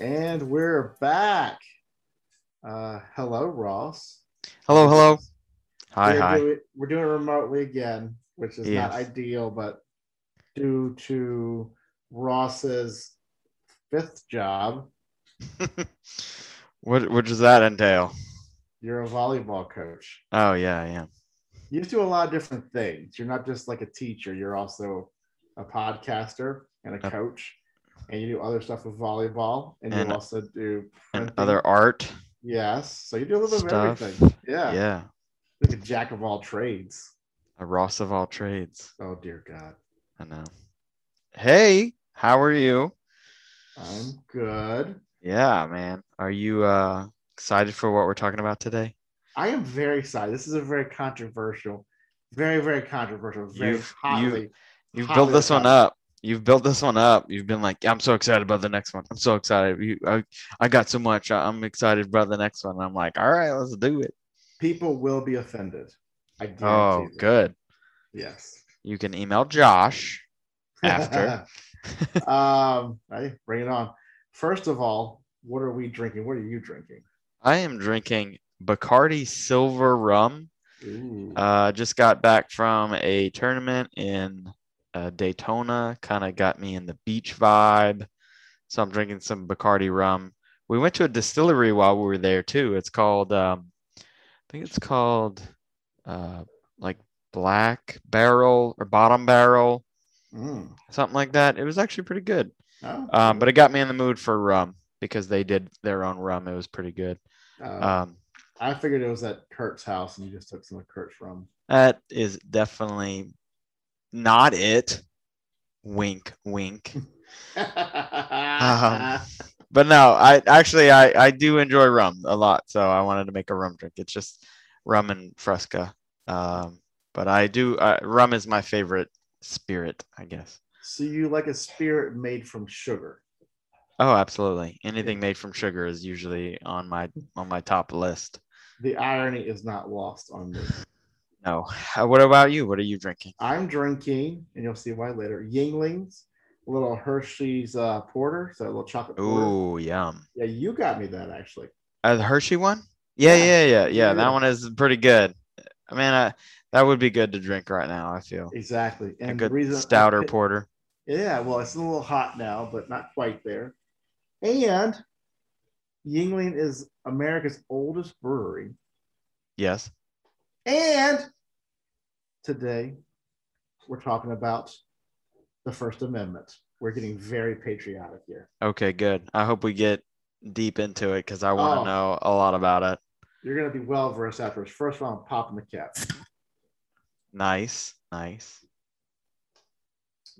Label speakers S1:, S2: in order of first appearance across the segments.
S1: And we're back. Uh, hello, Ross.
S2: Hello, hello. Hi,
S1: we're
S2: hi.
S1: Doing, we're doing it remotely again, which is
S2: Yes.
S1: not ideal, but due to Ross's fifth job,
S2: what what does that entail?
S1: you're a volleyball coach.
S2: Oh yeah, I am.
S1: You do a lot of different things. You're not just like a teacher, you're also a podcaster and a
S2: Yep.
S1: coach, and you do other stuff with volleyball, and,
S2: And- uh,
S1: you also do
S2: And
S1: printing.
S2: other art.
S1: Yes. So you do a little bit
S2: Stuff.
S1: of everything.
S2: Yeah.
S1: Yeah. Like a jack of all trades.
S2: A Ross of all trades.
S1: Oh dear God.
S2: I know. Hey, how are you?
S1: I'm good.
S2: Yeah, man. Are you uh excited for what we're talking about today?
S1: I am very excited. This is a very controversial, very, very controversial, very
S2: You've-
S1: hotly.
S2: You've
S1: hotly
S2: built this one
S1: discussed.
S2: up. You've built this one up. You've been like, I'm so excited about the next one. I'm so excited. You, I, I got so much. I- I'm excited about the next one. And I'm like, all right, let's do it.
S1: People will be offended. I guarantee
S2: Oh,
S1: it.
S2: good.
S1: Yes.
S2: You can email Josh after.
S1: um, I bring it on. First of all, what are we drinking? What are you drinking?
S2: I am drinking Bacardi Silver Rum.
S1: Ooh.
S2: Uh, just got back from a tournament in uh, Daytona. Kind of got me in the beach vibe. So I'm drinking some Bacardi rum. We went to a distillery while we were there too. It's called, um, I think it's called uh, like Black Barrel or Bottom Barrel,
S1: Mm.
S2: something like that. It was actually pretty good.
S1: Oh,
S2: Um, but it got me in the mood for rum because they did their own rum. It was pretty good.
S1: uh,
S2: Um,
S1: I figured it was at Kurt's house and you just took some of Kurt's rum.
S2: That is definitely not it. Wink, wink. Um, But no, I actually I I do enjoy rum a lot, so I wanted to make a rum drink. It's just rum and Fresca. Um, but I do uh, rum is my favorite spirit, I guess.
S1: so you like a spirit made from sugar.
S2: Oh, absolutely. Anything made from sugar is usually on my on my top list.
S1: The irony is not lost on me.
S2: No. Uh, What about you? What are you drinking?
S1: I'm drinking, and you'll see why later. Yinglings, a little Hershey's uh, porter, so a little chocolate porter.
S2: Ooh, yum.
S1: Yeah, you got me that actually.
S2: Uh, the Hershey one? Yeah,
S1: Yeah.
S2: yeah, yeah, yeah.
S1: Yeah.
S2: That one is pretty good. I mean, I, that would be good to drink right now. I feel
S1: Exactly.
S2: a
S1: And the
S2: good
S1: reason I
S2: stouter
S1: picked-
S2: porter.
S1: Yeah, well, it's a little hot now, but not quite there. And Yingling is America's oldest brewery.
S2: Yes.
S1: And today we're talking about the First Amendment. We're getting very patriotic here.
S2: Okay. Good. I hope we get deep into it because I want to
S1: Oh.
S2: know a lot about it.
S1: You're going to be well versed after this. First of all, I'm popping the cap.
S2: Nice. Nice.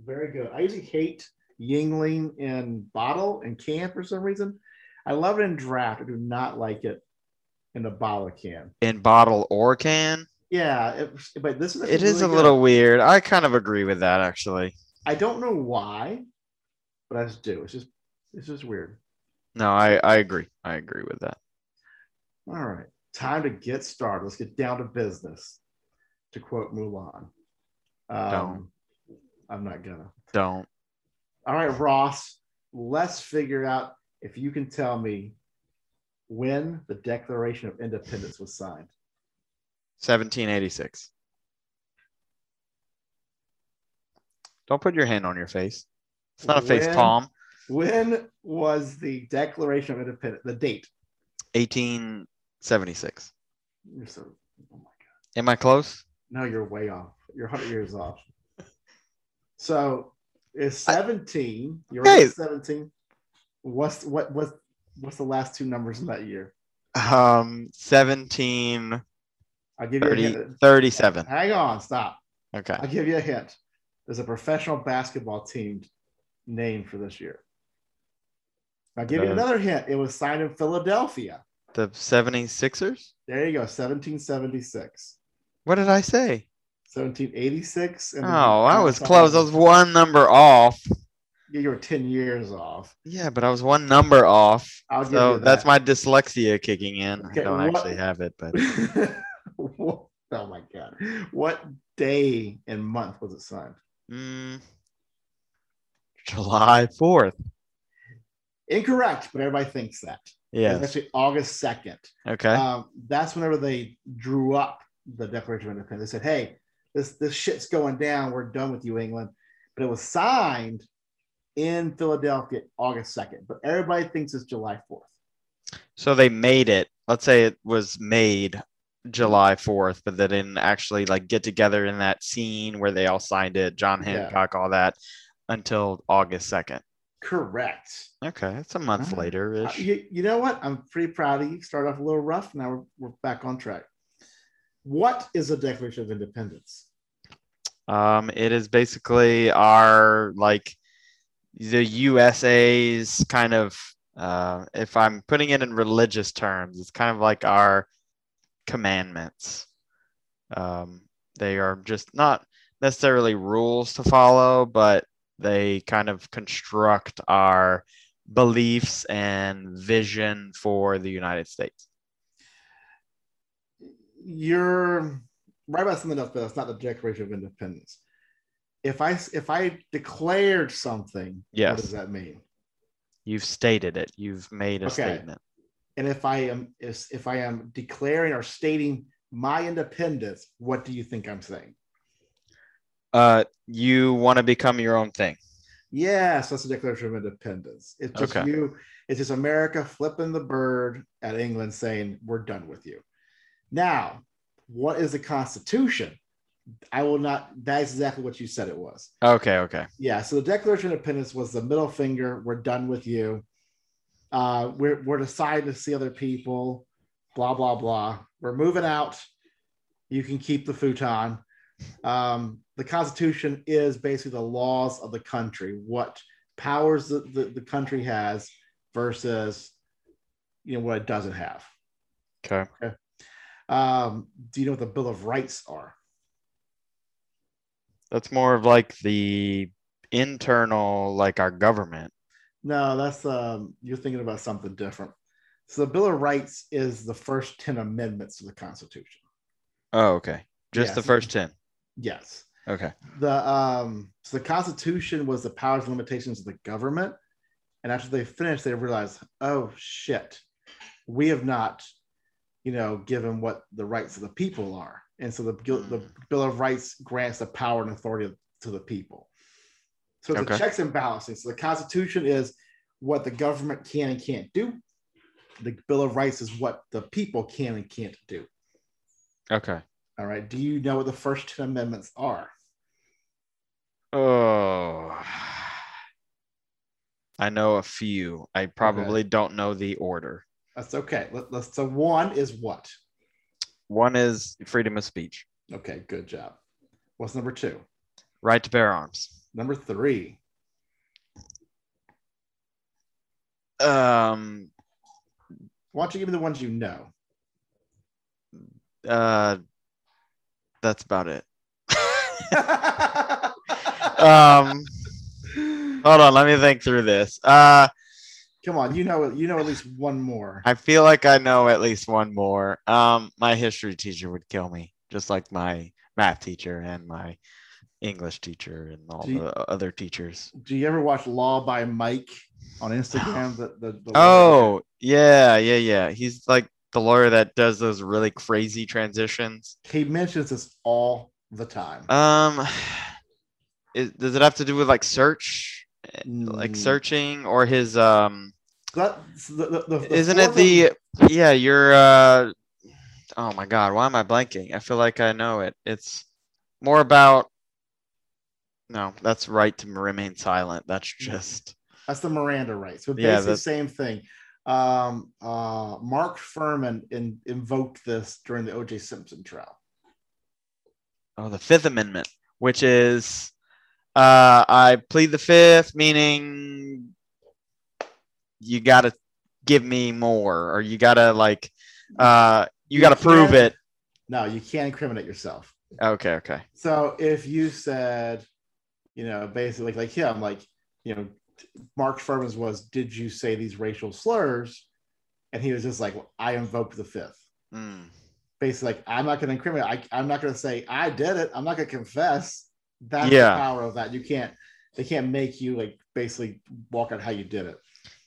S1: Very good. I usually hate Yingling in bottle and can for some reason. I love it in draft. I do not like it in the bottle can.
S2: In bottle or can,
S1: Yeah, it, but this is
S2: it is
S1: really
S2: a
S1: good.
S2: little weird. I kind of agree with that actually.
S1: I don't know why, but I just do. It's just it's just weird.
S2: No, I I agree. I agree with that.
S1: All right, time to get started. Let's get down to business. To quote Mulan. Um,
S2: Don't.
S1: I'm not gonna.
S2: Don't.
S1: All right, Ross, let's figure out if you can tell me when the Declaration of Independence was signed.
S2: 1786. Don't put your hand on your face. It's not a face,
S1: When-
S2: Tom.
S1: When was the Declaration of Independence? The date.
S2: 1876.
S1: You're so, oh my God.
S2: Am I close?
S1: No, you're way off. You're 100 years off. So it's
S2: I-
S1: 17. You're
S2: Okay.
S1: right, 17. What's what what's what's the last two numbers in that year?
S2: Um, 17,
S1: I'll give you a
S2: 30,
S1: hint.
S2: 37.
S1: Hang on, stop.
S2: Okay.
S1: I'll give you a hint. There's a professional basketball team named for this year. I'll give you
S2: Uh,
S1: another hint. It was signed in Philadelphia.
S2: The 76ers?
S1: There you go, 1776,
S2: What did I say?
S1: 1786. And
S2: Oh,
S1: then you
S2: I
S1: add
S2: was
S1: something-
S2: close. I was one number off.
S1: You were 10 years off.
S2: Yeah, but I was one number off.
S1: I'll give
S2: So
S1: you
S2: that's
S1: that.
S2: my dyslexia kicking in.
S1: Okay,
S2: I don't
S1: what-
S2: actually have it, but
S1: What- Oh my God. What day and month was it signed?
S2: Mm, July 4th.
S1: Incorrect, but everybody thinks that. It's
S2: Yes.
S1: actually August 2nd.
S2: Okay.
S1: Um, that's whenever they drew up the Declaration of Independence. They said, hey, this, this shit's going down. We're done with you, England. But it was signed in Philadelphia August 2nd. But everybody thinks it's July 4th.
S2: So they made it. Let's say it was made July 4th, but they didn't actually like get together in that scene where they all signed it, John
S1: Yeah.
S2: Hancock, all that, until August 2nd.
S1: Correct.
S2: Okay. It's a month
S1: Alright.
S2: later
S1: Uh,
S2: ish.
S1: you, you know what? I'm pretty proud of you. Started off a little rough. Now we're, we're back on track. What is the Declaration of Independence?
S2: Um, it is basically our like the USA's kind of uh, if I'm putting it in religious terms, it's kind of like our commandments. Um, they are just not necessarily rules to follow, but they kind of construct our beliefs and vision for the United States.
S1: You're right about something else, but that's not the Declaration of Independence. If I if I declared something, what
S2: Yes.
S1: does that mean?
S2: You've stated it. You've made a
S1: Okay.
S2: statement.
S1: And if I am is if I am declaring or stating my independence, what do you think I'm saying?
S2: Uh, you want to become your own thing.
S1: Yes, that's the Declaration of Independence. It's just
S2: Okay.
S1: you, it's just America flipping the bird at England saying, We're done with you. Now, what is the Constitution? I will not, that's exactly what you said it was.
S2: Okay. Okay.
S1: Yeah, so the Declaration of Independence was the middle finger, we're done with you. Uh, we're, we're deciding to see other people, blah, blah, blah. We're moving out. You can keep the futon. Um, the Constitution is basically the laws of the country, what powers the, the, the country has versus you know what it doesn't have.
S2: Okay.
S1: Um, do you know what the Bill of Rights are?
S2: That's more of like the internal, like our government.
S1: No, that's um, you're thinking about something different. So the Bill of Rights is the first ten amendments to the Constitution.
S2: Oh, okay. Just
S1: Yeah,
S2: the
S1: so-
S2: first 10.
S1: Yes,
S2: Okay.
S1: the um, so the Constitution was the powers and limitations of the government, and after they finished, they realized, oh shit, we have not, you know, given what the rights of the people are, and so the Bill- the Bill of Rights grants the power and authority to the people. So it's
S2: Okay.
S1: a checks and balances. So the Constitution is what the government can and can't do. The Bill of Rights is what the people can and can't do.
S2: Okay.
S1: All right. Do you know what the first 10 amendments are?
S2: Oh. I know a few. I probably don't know the order.
S1: That's okay. Let, us so one is what?
S2: One is freedom of speech,
S1: Okay, good job. What's number two?
S2: right to bear arms.
S1: Number three.
S2: Um,
S1: Why don't you give me the ones you know?
S2: uh, that's about it.
S1: Come
S2: Um, hold on. Let me think through this. Uh,
S1: on, you know you know at least one more.
S2: I feel like I know at least one more. Um, my history teacher would kill me, just like my math teacher and my English teacher and all
S1: Do you-
S2: the other teachers.
S1: Do you ever watch Law by Mike on Instagram? The, the, the
S2: Oh, yeah, yeah, yeah. He's like the lawyer that does those really crazy transitions.
S1: he mentions this all the time.
S2: Um, is, does it have to do with like search, like
S1: Mm.
S2: searching, or his um?
S1: That- the- the- the- the
S2: Isn't it
S1: fourth one-
S2: the yeah? You're uh. Oh my god, why am I blanking? I feel like I know it. It's more about. No, that's right to remain silent. That's just
S1: That's the Miranda rights. But
S2: Yeah,
S1: basically, the
S2: that's-
S1: same thing. Um, uh, Mark Furman in, invoked this during the O.J. Simpson trial.
S2: oh the Fifth Amendment, which is, uh, I plead the fifth, meaning you gotta give me more, or you gotta like, uh, you
S1: You
S2: gotta prove
S1: can't-
S2: it.
S1: No, you can't incriminate yourself.
S2: Okay, okay,
S1: So if you said, you know, basically like, like yeah, I'm like, you know, Mark Furman's was, did you say these racial slurs? And he was just like, well, I invoked the fifth.
S2: Mm.
S1: basically like I'm not going to incriminate. I, I'm not going to say I did it. I'm not going to confess. That's
S2: Yeah.
S1: the power of that. You can't. They can't make you like basically walk out how you did it.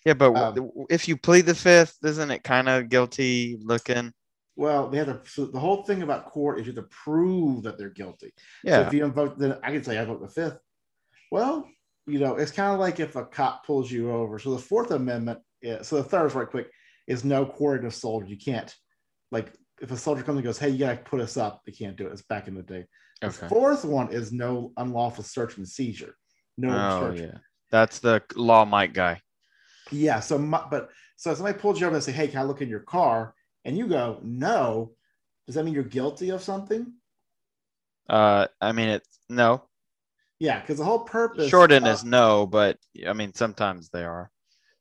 S2: Yeah, but w-
S1: Um,
S2: w- if you plead the fifth, isn't it kind of guilty looking?
S1: Well, they have to. So the whole thing about court is you have to prove that they're guilty. So
S2: Yeah,
S1: if you invoke, then I can say I vote the fifth. Well, you know, it's kind of like if a cop pulls you over. So the Fourth Amendment, is, so the third is right quick, is no quartering of soldier. You can't, like, if a soldier comes and goes, hey, you got to put us up, they can't do it. It's back in the day.
S2: okay.
S1: The fourth one is no unlawful search and seizure. No
S2: Oh
S1: search.
S2: yeah, that's the law, Mike guy.
S1: Yeah. So, my, but so if somebody pulls you over and say, "Hey, can I look in your car?" and you go, "No," does that mean you're guilty of something?
S2: Uh, I mean it. No,
S1: Yeah, because the uh, whole purpose.
S2: short end
S1: of-
S2: is no, but I mean sometimes they are.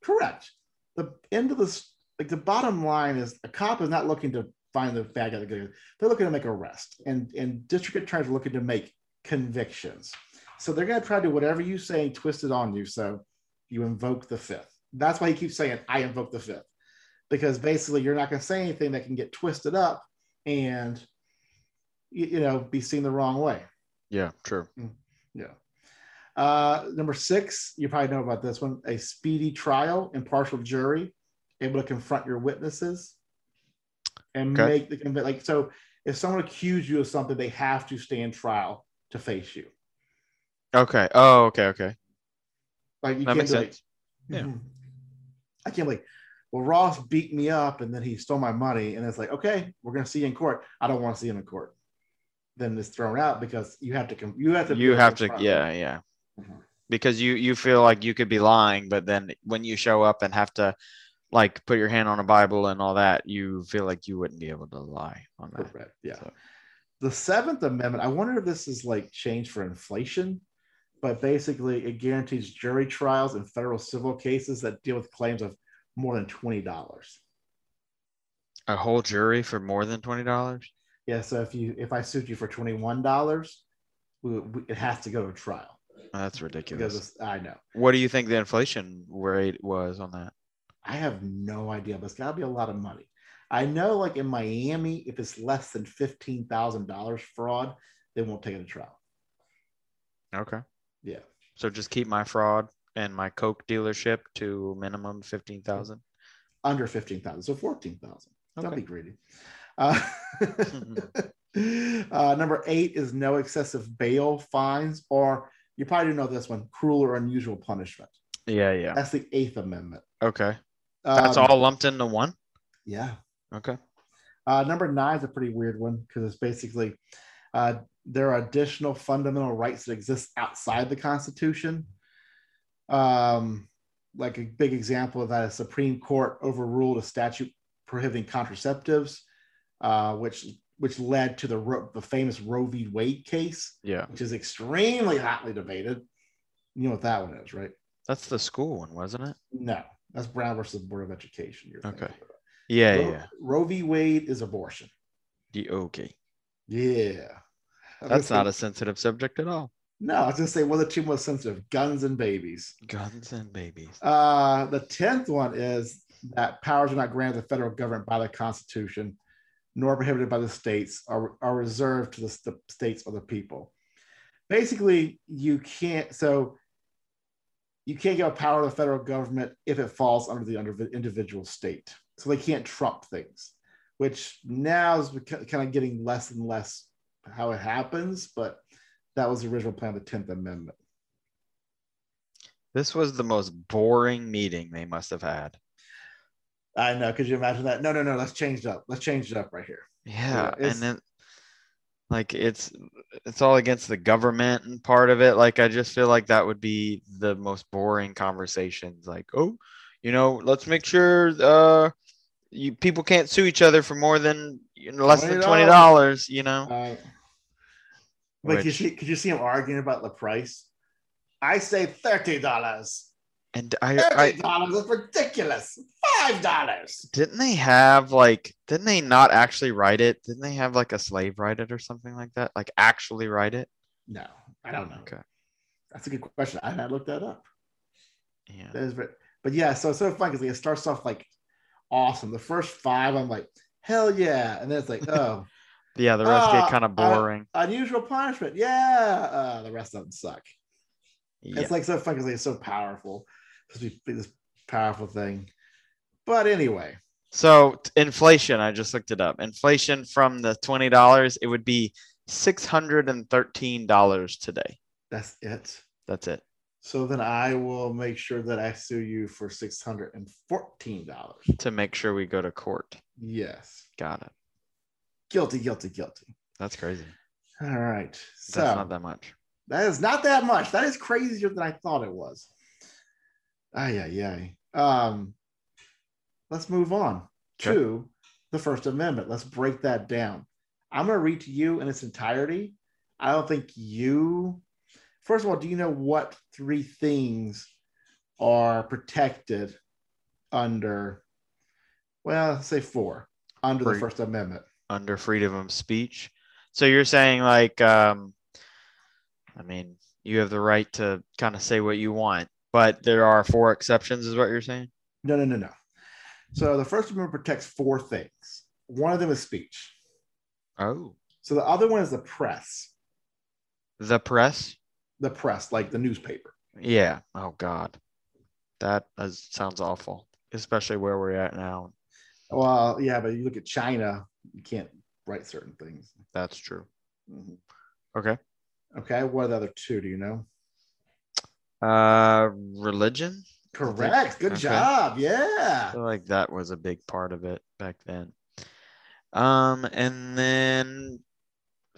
S1: correct. The end of this, like the bottom line is, a cop is not looking to find the bad guy. They're looking to make arrest, and and district attorneys are looking to make convictions. So they're going to try to do whatever you say and twist it on you. So you invoke the fifth. That's why he keeps saying, I invoke the fifth, because basically you're not going to say anything that can get twisted up and, you, you know, be seen the wrong way.
S2: Yeah, true.
S1: Yeah. Uh, number six, you probably know about this one a speedy trial, impartial jury, able to confront your witnesses and
S2: Okay.
S1: make the convi- like. So, if someone accused you of something, they have to stand trial to face you.
S2: Okay. Oh, okay, okay.
S1: Like, you
S2: That
S1: can't
S2: makes
S1: be like,
S2: sense. Yeah.
S1: "Mhm. I can't be like, well, Ross beat me up and then he stole my money. And it's like, okay, we're going to see you in court. I don't want to see him in court. Then it's thrown out because you have to, com- you have to, be
S2: You
S1: able
S2: have to,
S1: confront.
S2: yeah, yeah.
S1: Mhm.
S2: Because you you feel like you could be lying, but then when you show up and have to like put your hand on a Bible and all that, you feel like you wouldn't be able to lie on that.
S1: Correct. Yeah.
S2: So-
S1: The Seventh Amendment, I wonder if this is like changed for inflation, but basically it guarantees jury trials in federal civil cases that deal with claims of more than $20.
S2: A whole jury for more than twenty dollars?
S1: Yeah. So if you, if I sued you for $21, we, we, it has to go to trial
S2: That's ridiculous.
S1: because it's- I know.
S2: What do you think the inflation rate was on that?
S1: I have no idea, but it's got to be a lot of money. I know, like in Miami, if it's less than $15,000 fraud, they won't take it to trial.
S2: Okay.
S1: Yeah.
S2: So just keep my fraud and my Coke dealership to minimum fifteen thousand.
S1: under 15,000. So 14,000. Don't
S2: Okay.
S1: be greedy. Uh, uh, number eight is no excessive bail fines, or you probably do know this one cruel or unusual punishment.
S2: Yeah, yeah.
S1: That's the Eighth Amendment.
S2: Okay. That's
S1: Um,
S2: all lumped into one.
S1: Yeah.
S2: Okay.
S1: Uh, number nine is a pretty weird one because it's basically uh, there are additional fundamental rights that exist outside the Constitution. Um, like a big example of that is Supreme Court overruled a statute prohibiting contraceptives, uh, which which led to the Ro- the famous Roe v. Wade case,
S2: Yeah.
S1: which is extremely hotly debated. You know what that one is, right?
S2: That's the school one, wasn't it?
S1: No, that's Brown versus Board of Education. You're thinking
S2: Okay.
S1: about.
S2: Yeah,
S1: Roe-
S2: yeah.
S1: Roe v. Wade is abortion.
S2: The okay.
S1: Yeah. I was
S2: That's
S1: gonna
S2: not a sensitive subject at all.
S1: say- no, I was gonna say one of the two most sensitive guns and babies.
S2: Guns and babies.
S1: Uh the tenth one is that powers are not granted to the federal government by the Constitution, nor prohibited by the states, are, are reserved to the, st- states or the people. Basically, you can't so you can't give a power to the federal government if it falls under the under, individual state. So they can't trump things, which now is kind of getting less and less how it happens, but that was the original plan of the 10th Amendment.
S2: This was the most boring meeting they must have had.
S1: I know. Could you imagine that? No, no, no. Let's change it up. Let's change it up right here.
S2: Yeah,
S1: it's-
S2: and then like it's it's all against the government and part of it. Like I just feel like that would be the most boring conversations. Like, oh, you know, let's make sure uh you people can't sue each other for more than you know, less than twenty
S1: $20.
S2: dollars. You know,
S1: Uh, like, you
S2: Which-
S1: see, could you see him arguing about the price? I say thirty dollars.
S2: and I I
S1: Thirty dollars is ridiculous. Five dollars.
S2: didn't they have like didn't they not actually write it? Didn't they have like a slave write it or something like that? Like actually write it?
S1: No, I don't know.
S2: Okay.
S1: That's a good question. I had looked that up.
S2: Yeah.
S1: That is, very- but yeah, so it's so fun because it starts off like awesome. The first five, I'm like, hell yeah. And then it's like, oh,
S2: Yeah, the rest
S1: Ah,
S2: get kind of
S1: I-
S2: boring.
S1: unusual punishment. Yeah. Uh, the rest of them suck.
S2: yeah.
S1: It's like so fun because like, it's so powerful. It's supposed to be this powerful thing. But anyway,
S2: So t- inflation, I just looked it up. Inflation from the twenty dollars, it would be six hundred and thirteen dollars today.
S1: that's it.
S2: That's it.
S1: So then I will make sure that I sue you for six hundred and fourteen dollars.
S2: To make sure we go to court.
S1: Yes,
S2: Got it.
S1: guilty, guilty, guilty.
S2: That's crazy.
S1: All right. So
S2: That's not that much.
S1: that is not that much. That is crazier than I thought it was. Ay ay ay. Um, let's move on
S2: Sure.
S1: to the First Amendment. Let's break that down. I'm going to read to you in its entirety. I don't think you. First of all, do you know what three things are protected under? Well, let's say four under the
S2: Free-
S1: First Amendment.
S2: Under freedom of speech. So you're saying like um I mean, you have the right to kind of say what you want, but there are four exceptions, is what you're saying?
S1: No, no, no, no. So the First Amendment protects four things. One of them is speech.
S2: Oh.
S1: So the other one is the press,
S2: The press?
S1: the press, like the newspaper.
S2: Yeah. Oh God, that is, sounds awful, especially where we're at now.
S1: Well, yeah, but you look at China, you can't write certain things.
S2: That's true. Okay.
S1: Okay, what are the other two? Do you know?
S2: Uh, religion.
S1: Correct. Good
S2: Okay.
S1: job. Yeah.
S2: I feel like that was a big part of it back then. Um, and then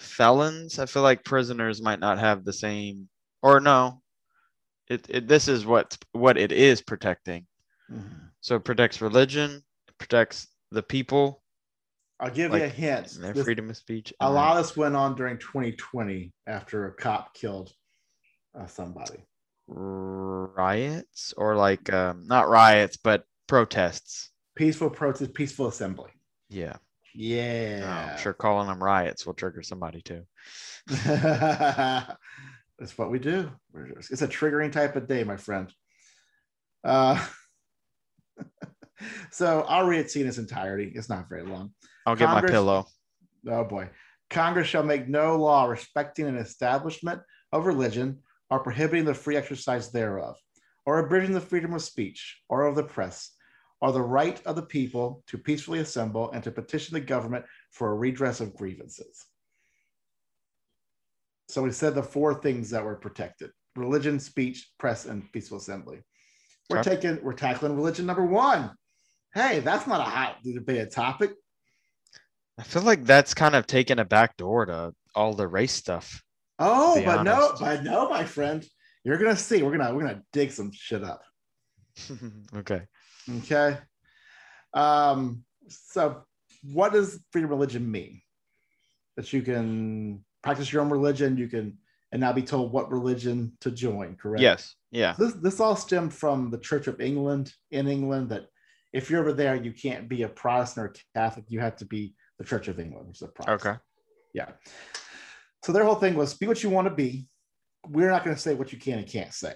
S2: felons. I feel like prisoners might not have the same, or no. It, it this is what what it is protecting.
S1: Mhm.
S2: So it protects religion, it protects the people,
S1: I'll give you a
S2: Like,
S1: hint.
S2: and their
S1: This-
S2: freedom of speech.
S1: a
S2: and
S1: lot of this went on during 2020 after a cop killed uh, somebody.
S2: riots or like um, not riots but protests
S1: Peaceful protest, peaceful assembly.
S2: yeah, Oh,
S1: Yeah.
S2: i'm sure calling them riots will trigger somebody too
S1: That's what we do. We're just- It's a triggering type of day, my friend. Uh, so I'll read it in its entirety. It's not very long.
S2: i'll get
S1: Congress-
S2: my pillow
S1: Oh boy. Congress shall make no law respecting an establishment of religion or prohibiting the free exercise thereof, or abridging the freedom of speech or of the press, or the right of the people to peacefully assemble and to petition the government for a redress of grievances. So we said the four things that were protected religion, speech, press, and peaceful assembly. We're
S2: Okay.
S1: taking, we're tackling religion number one. Hey, that's not a hot debated topic.
S2: i feel like that's kind of taken a back door to all the race stuff
S1: Oh,
S2: be
S1: but no,
S2: honest.
S1: but no, my friend, you're gonna see. We're gonna we're gonna dig some shit up.
S2: okay
S1: Okay. Um. So, what does freedom of religion mean? That you can practice your own religion, you can, and not be told what religion to join. Correct.
S2: yes yeah
S1: This this all stemmed from the Church of England in England. That if you're over there, you can't be a Protestant or Catholic. You have to be the Church of England, which is a Protestant.
S2: okay
S1: Yeah. So their whole thing was be what you want to be. We're not going to say what you can and can't say.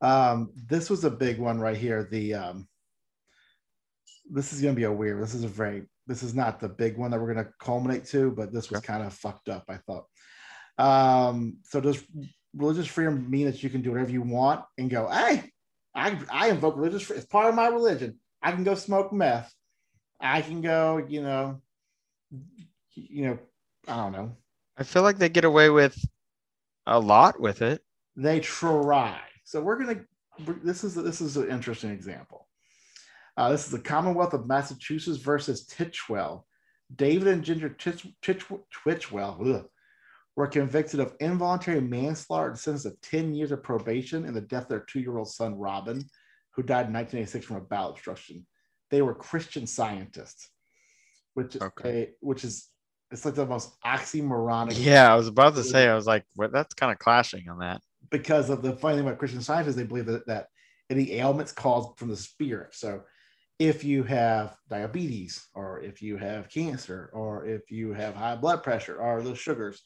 S1: Um, this was a big one right here. The um, this is going to be a weird. This is a very. This is not the big one that we're going to culminate to, but this was kind of fucked up. I thought. Um, so does religious freedom mean that you can do whatever you want and go? Hey, I I invoke religious. fre- It's part of my religion. I can go smoke meth. I can go. You know, you know, I don't know.
S2: i feel like they get away with a lot with it
S1: They try. So we're gonna. we're- This is this is an interesting example. Uh, this is the Commonwealth of Massachusetts versus Titchwell. David and Ginger Titch, Titch, Titchwell ugh, were convicted of involuntary manslaughter and sentenced to 10 years of probation and the death of their two-year-old son Robin, who died in 1986 from a bowel obstruction. They were Christian scientists, which is
S2: Okay.
S1: a- which is it's like the most oxymoronic
S2: yeah i was about to say i was like well, that's kind of clashing on that
S1: because of the funny thing about Christian science is they believe that, that any ailments caused from the spirit. So if you have diabetes or if you have cancer or if you have high blood pressure or the sugars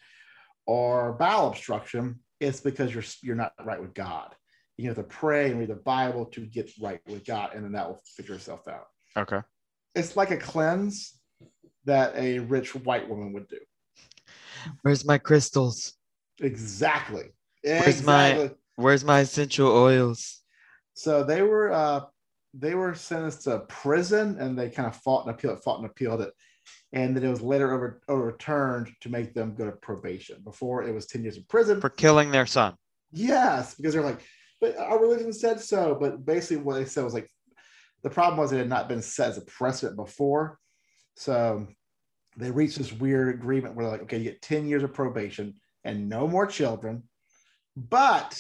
S1: or bowel obstruction, it's because you're you're not right with God. You have to pray and read the Bible to get right with God, and then that will figure itself out.
S2: okay
S1: it's like a cleanse that a rich white woman would do.
S2: Where's my crystals?
S1: Exactly.
S2: Where's my- Where's my essential oils?
S1: So they were uh, they were sentenced to prison, and they kind of fought and appealed, fought and appealed it, and then it was later over, overturned to make them go to probation. Before it was ten years in prison.
S2: For killing their son.
S1: Yes, because they're like, but our religion said so. But basically, what they said was like, the problem was it had not been set as a precedent before, so they reached this weird agreement where they're like, okay, you get ten years of probation and no more children, but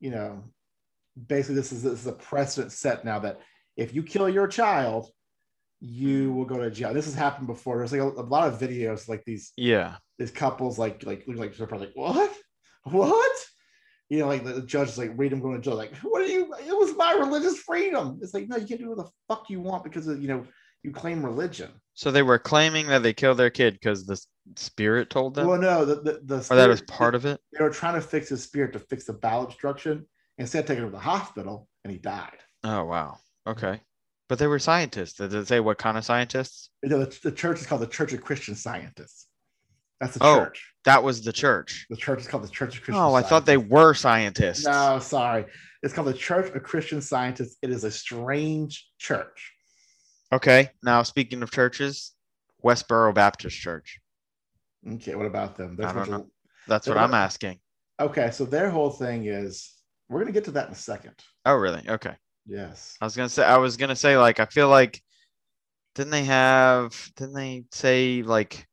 S1: you know, basically, this is this is a precedent set now that if you kill your child, you will go to jail. This has happened before. There's like a, a lot of videos like these
S2: Yeah.
S1: these couples like like look like they're probably like what what you know like the judge is like read them going to jail like what are you it was my religious freedom it's like no you can't do what the fuck you want because of you know you claim religion
S2: So they were claiming that they killed their kid because the s- spirit told them,
S1: well no the the, the
S2: or that was part of it.
S1: they were trying to fix his spirit to fix the bowel obstruction instead taking him to the hospital and he died
S2: Oh wow. Okay. But they were scientists. Did it say what kind of scientists?
S1: You know, the, the church is called the church of christian scientists that's the
S2: Oh.
S1: church
S2: That was the church.
S1: the church is called the church of christian
S2: Oh, I thought they
S1: Scientists.
S2: were scientists.
S1: No, sorry. It's called the Church of Christian Scientists. It is a strange church.
S2: Okay. Now speaking of churches, Westboro Baptist Church.
S1: Okay, what about them? There's
S2: I don't
S1: a bunch of-
S2: That's what
S1: Yeah.
S2: I'm asking.
S1: Okay, so their whole thing is we're gonna get to that in a second.
S2: Oh really? Okay.
S1: Yes.
S2: I was gonna say I was gonna say like I feel like didn't they have didn't they say like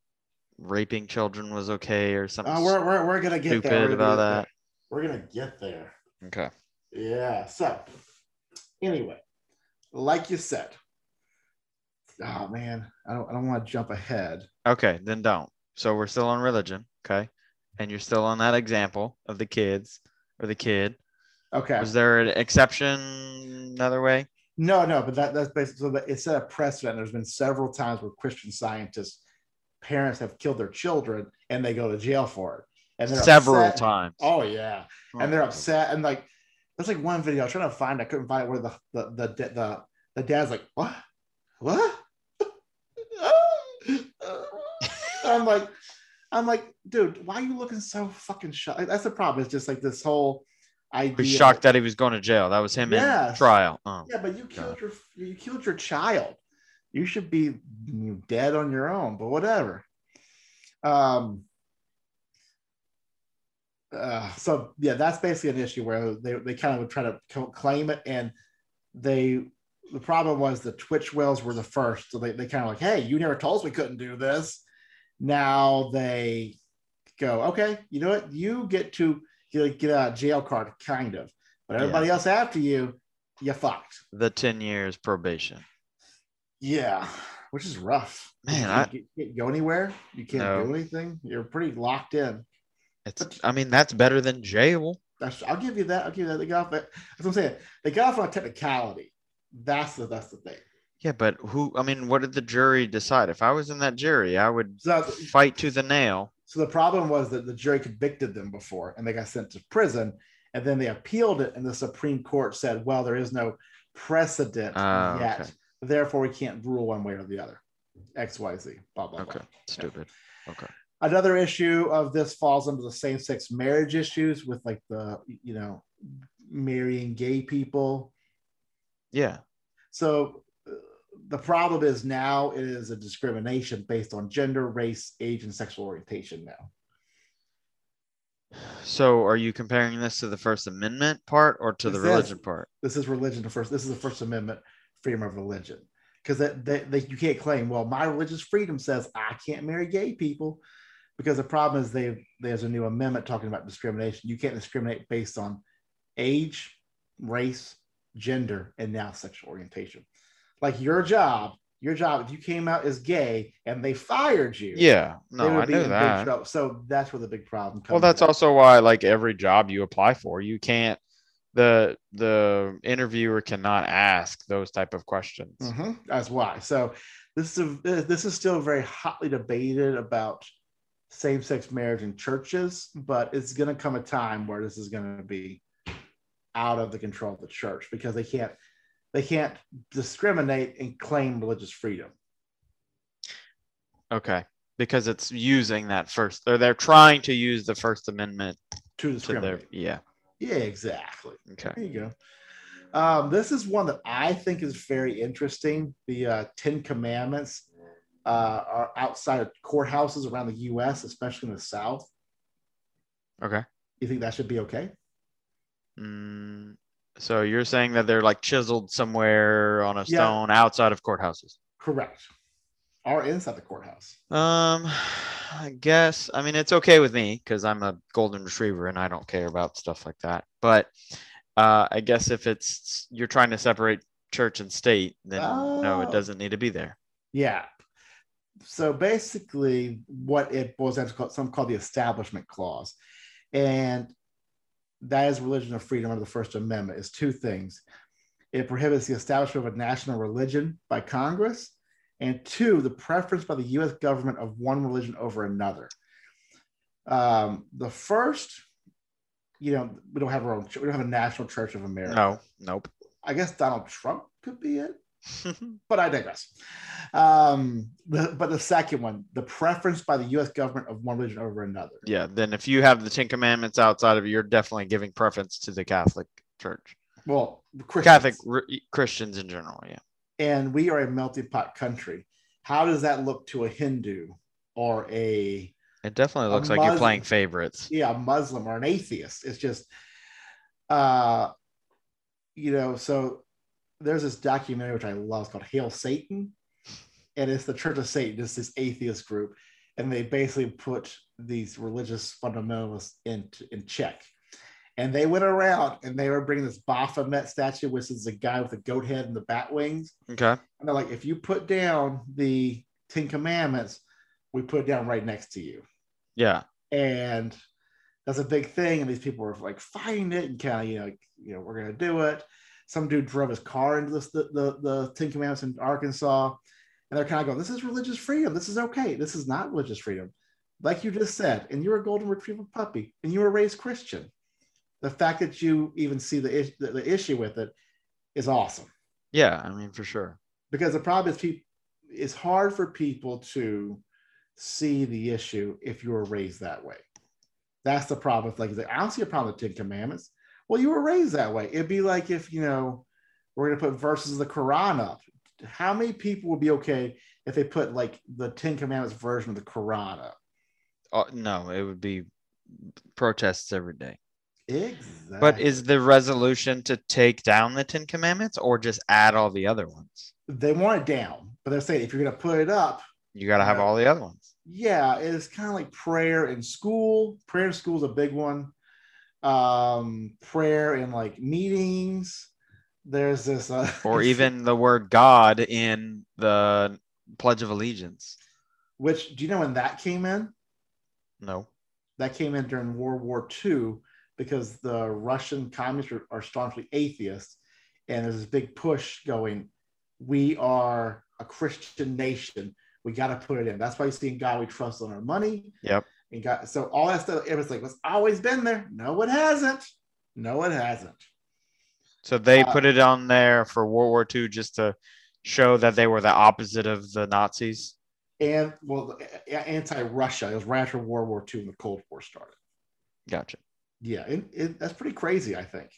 S2: raping children was okay or something
S1: Uh, we're, we're, we're gonna get
S2: stupid
S1: there. We're gonna get
S2: about
S1: there.
S2: that?
S1: We're gonna get there.
S2: Okay.
S1: Yeah. So anyway, like you said. Oh man, I don't I don't want to jump ahead.
S2: Okay, then don't. So we're still on religion, okay? And you're still on that example of the kids or the kid.
S1: Okay.
S2: Was there an exception another way?
S1: No, no, but that, that's basically so that it set a precedent. There's been several times where Christian scientists, parents have killed their children and they go to jail for it. And they're
S2: Several
S1: upset.
S2: times. Oh.
S1: Oh yeah, and they're upset and like there's like one video I was trying to find. I couldn't find it where the the the the, the, the dad's like what what. I'm like, I'm like, dude, why are you looking so fucking shocked? That's the problem. It's just like this whole idea.
S2: He was shocked that he was going to jail. That was him in
S1: Yes.
S2: trial. Oh,
S1: Yeah, but you killed your you killed your child. You should be dead on your own, but whatever. Um uh, so yeah, that's basically an issue where they, they kind of would try to co- claim it, and they the problem was the Twitch whales were the first, so they, they kind of like, hey, you never told us we couldn't do this. Now they go, okay, you know what, you get to get, get a jail card, kind of, but
S2: Yeah.
S1: everybody else after you, you fucked.
S2: The 10 years probation.
S1: Yeah, which is rough.
S2: Man,
S1: you
S2: I-
S1: can't, you can't go anywhere. You can't
S2: No.
S1: do anything. You're pretty locked in.
S2: It's I mean, that's better than jail.
S1: That's, I'll give you that. I'll give you that. They got off. That's what I'm saying. They got off on a technicality. That's the that's the thing.
S2: Yeah, but who? I mean, what did the jury decide? If I was in that jury, I would
S1: So,
S2: fight to the nail.
S1: so the problem was that the jury convicted them before, and they got sent to prison. And then they appealed it, and the Supreme Court said, "Well, there is no precedent
S2: Ah,
S1: yet,
S2: okay.
S1: therefore we can't rule one way or the other." X, Y, Z. Blah blah. blah.
S2: Okay, stupid. Okay,
S1: another issue of this falls under the same-sex marriage issues with like the you know marrying gay people
S2: yeah,
S1: so uh, the problem is now it is a discrimination based on gender race age and sexual orientation now
S2: So are you comparing this to the First Amendment part or to the
S1: It says-
S2: religion part?
S1: this is religion the first this is the first amendment freedom of religion because that, that, that you can't claim well my religious freedom says i can't marry gay people because the problem is they there's a new amendment talking about discrimination you can't discriminate based on age race gender and now sexual orientation like your job your job if you came out as gay and they fired you
S2: Yeah,
S1: they
S2: no, I know
S1: big
S2: that.
S1: trouble so that's where the big problem comes
S2: Well, that's
S1: in.
S2: also why like every job you apply for, you can't the the interviewer cannot ask those type of questions.
S1: Mhm, That's why. So this is this is still very hotly debated about same-sex marriage in churches, but it's going to come a time where this is going to be out of the control of the church because they can't they can't discriminate and claim religious freedom.
S2: Okay. Because it's using that first, or they're trying to use the First Amendment
S1: To
S2: to their.
S1: discriminate.
S2: Yeah.
S1: yeah, exactly.
S2: Okay.
S1: There you go. Um, this is one that I think is very interesting. The uh, Ten Commandments uh, are outside of courthouses around the U.S., especially in the South.
S2: Okay.
S1: You think that should be okay?
S2: Mm, so you're saying that they're like chiseled somewhere on a
S1: Yeah.
S2: stone outside of courthouses?
S1: Correct. Or inside the courthouse.
S2: Um, I guess. I mean, it's okay with me because I'm a golden retriever and I don't care about stuff like that. But uh, I guess if it's you're trying to separate church and state, then no,
S1: Oh.
S2: it doesn't need to be there.
S1: Yeah. So basically, what it boils down to called, something called the Establishment Clause, and that is religion of freedom under the First Amendment. Is two things: it prohibits the establishment of a national religion by Congress, and two, the preference by the U.S. government of one religion over another. Um, the first, you know, we don't have our own. ch- We don't have a national Church of America.
S2: No, nope.
S1: I guess Donald Trump could be it but I digress. Um, the- but the second one, the preference by the U.S. government of one religion over another.
S2: yeah. Then if you have the Ten Commandments outside of you, you're definitely giving preference to the Catholic Church,
S1: Well, Christians.
S2: Catholic re- Christians in general. Yeah.
S1: and we are a melting pot country. How does that look to a Hindu or a
S2: It definitely
S1: A
S2: looks like you're playing
S1: Muslim-
S2: favorites.
S1: yeah a Muslim or an atheist? It's just, uh, you know. So there's this documentary which I love. It's called "Hail Satan," and it's the Church of Satan. It's this atheist group, and they basically put these religious fundamentalists in in check. And they went around and they were bringing this Baphomet statue, which is the guy with the goat head and the bat wings.
S2: Okay.
S1: And they're like, if you put down the Ten Commandments, we put it down right next to you.
S2: Yeah.
S1: And that's a big thing. And these people were like fighting it and kind of, you know, like, you know, we're gonna do it. Some dude drove his car into this, the, the the Ten Commandments in Arkansas, and they're kind of going, "This is religious freedom. This is okay. This is not religious freedom." Like you just said, and you're a golden retriever puppy, and you were raised Christian. The fact that you even see the, is- the, the issue with it is awesome
S2: Yeah. I mean, for sure.
S1: because the problem is people it's hard for people to see the issue if you were raised that way that's the problem with like, it's like i don't see a problem with ten commandments well you were raised that way it'd be like if you know we're going to put verses of the quran up how many people would be okay if they put like the ten commandments version of the quran up
S2: Uh, no, it would be protests every day.
S1: exactly
S2: But is the resolution to take down the Ten Commandments or just add all the other ones?
S1: they want it down but they're saying if you're going to put it up
S2: You got to have
S1: No.
S2: all the other ones.
S1: yeah it's kind of like prayer in school prayer in school is a big one um prayer in like meetings there's this uh,
S2: Or even the word God in the Pledge of Allegiance.
S1: which do you know when that came in
S2: No.
S1: that came in during world war ii because the russian communists are, are staunchly atheists and there's this big push going we are a christian nation we got to put it in that's why you see in god we trust on our money
S2: Yep.
S1: and got so all that stuff. It was like it's always been there. No, it hasn't. No, it hasn't.
S2: So they
S1: Uh,
S2: put it on there for World War II just to show that they were the opposite of the Nazis.
S1: And well, a- a- anti-Russia. It was right after World War II when the Cold War started.
S2: Gotcha.
S1: Yeah, it, it, that's pretty crazy. I think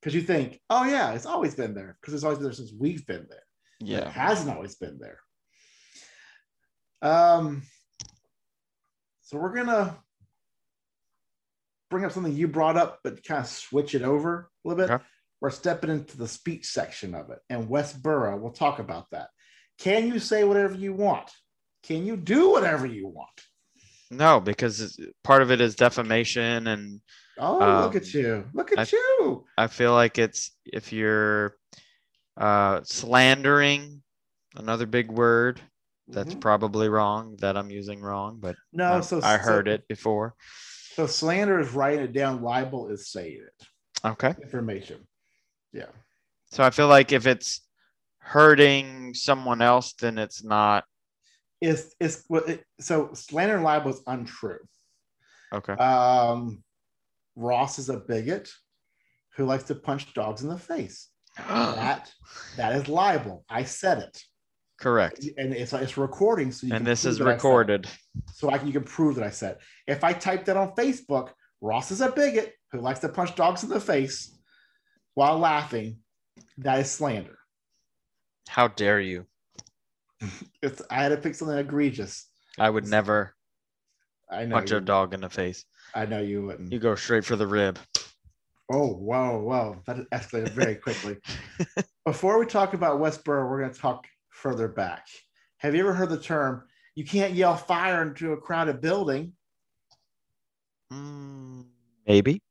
S1: because you think, oh yeah, it's always been there because it's always been there since we've been there. It
S2: Yeah.
S1: hasn't always been there. Um, so we're gonna bring up something you brought up, but kind of switch it over a little bit.
S2: Okay.
S1: We're stepping into the speech section of it, and Westboro, we'll talk about that. Can you say whatever you want? Can you do whatever you want?
S2: No, because it's- part of it is defamation and
S1: Oh, look
S2: Um,
S1: at you! Look at
S2: I-
S1: you!
S2: I feel like it's if you're uh, slandering, another big word that's
S1: Mhm.
S2: probably wrong that I'm using wrong, but
S1: no.
S2: I-
S1: Oh, so
S2: I heard
S1: so-
S2: it before.
S1: So slander is writing it down. Libel is saying it.
S2: Okay,
S1: Information. Yeah.
S2: so I feel like if it's hurting someone else, then it's not
S1: It's it's well, it, so slander and libel is untrue.
S2: okay.
S1: Um, Ross is a bigot who likes to punch dogs in the face.
S2: Uh-huh.
S1: That that is libel. I said it,
S2: Correct.
S1: and it's it's recording. So you
S2: And
S1: can
S2: this
S1: prove
S2: is
S1: that I said it.
S2: recorded.
S1: So I can, you can prove that I said. it. If I type that on Facebook, Ross is a bigot who likes to punch dogs in the face while laughing. That is slander.
S2: How dare you?
S1: It's I had to pick something egregious.
S2: I would never
S1: I know.
S2: punch
S1: You,
S2: a dog in the face.
S1: I know you wouldn't.
S2: You go straight for the rib.
S1: Oh, whoa, whoa. That escalated very quickly. Before we talk about Westboro, we're going to talk further back. Have you ever heard the term, you can't yell fire into a crowded building? Hmm.
S2: Mm, maybe.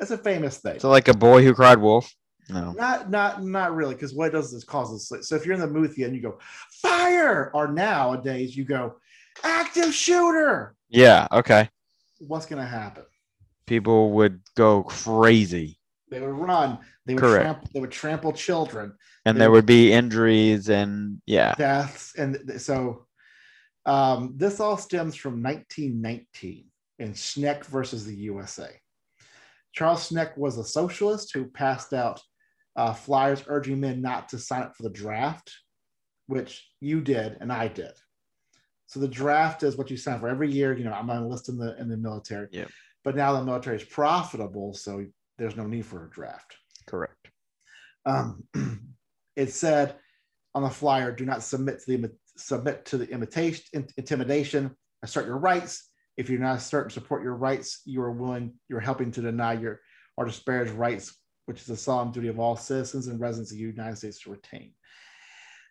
S1: That's a famous thing.
S2: So like a boy who cried wolf. No.
S1: not, not, not really, because what it does is it causes. So if you're in the movie and you go, fire, or nowadays you go, active shooter,
S2: Yeah. Okay.
S1: what's going to happen?
S2: People would go crazy,
S1: They would run. They would,
S2: Correct.
S1: trample, they would trample children. They
S2: and there
S1: would-
S2: would be injuries, and yeah.
S1: deaths and th- so um, this all stems from 1919 in schneck versus the usa charles schneck was a socialist who passed out uh, flyers urging men not to sign up for the draft which you did and i did so the draft is what you sign up for every year you know i'm going to enlist in the in the military
S2: Yep.
S1: but now the military is profitable so there's no need for a draft
S2: Correct.
S1: um, it said on the flyer, "Do not submit to the imi- submit to the imitation in- intimidation. Assert your rights. If you're not assert and support your rights, you are willing. You're helping to deny your or disparage rights, which is the solemn duty of all citizens and residents of the United States to retain."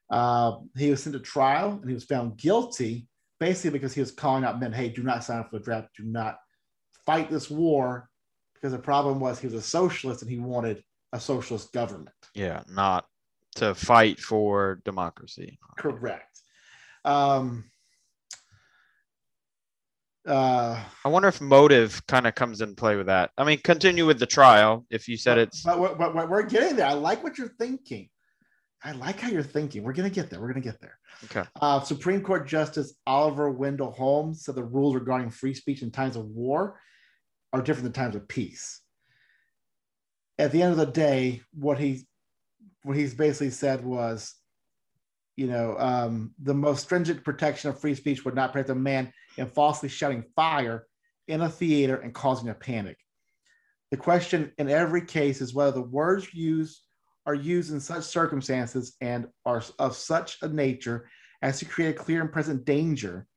S1: Uh, he was sent to trial and he was found guilty, basically because he was calling out men, "Hey, do not sign up for the draft. Do not fight this war." Because the problem was he was a socialist and he wanted a socialist government.
S2: Yeah. Not to fight for democracy.
S1: Correct. Um, uh,
S2: I wonder if motive kind of comes in play with that. I mean, continue with the trial if you said it's
S1: but, we're- but we're- we're getting there. I like what you're thinking. I like how you're thinking. We're gonna get there. We're gonna get there.
S2: okay.
S1: Uh, Supreme Court Justice Oliver Wendell Holmes said the rules regarding free speech in times of war are different than times of peace. At the end of the day, what he what he's basically said was, you know, um, the most stringent protection of free speech would not prevent a man in falsely shouting fire in a theater and causing a panic. The question in every case is whether the words used are used in such circumstances and are of such a nature as to create a clear and present danger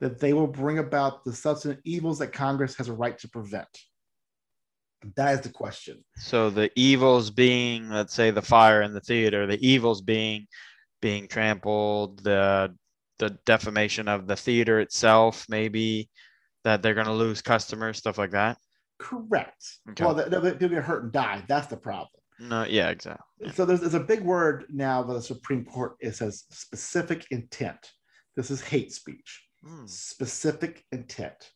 S1: that they will bring about the substantive evils that Congress has a right to prevent? That is the question.
S2: So the evils being, let's say, the fire in the theater. The evils being, being trampled. The the defamation of the theater itself. Maybe that they're going to lose customers, stuff like that.
S1: Correct.
S2: Okay.
S1: Well, the, the, people get hurt and die. That's the problem.
S2: No, yeah, exactly.
S1: So there's, there's a big word now by the Supreme Court. It says specific intent. This is hate speech.
S2: Hmm.
S1: specific intent.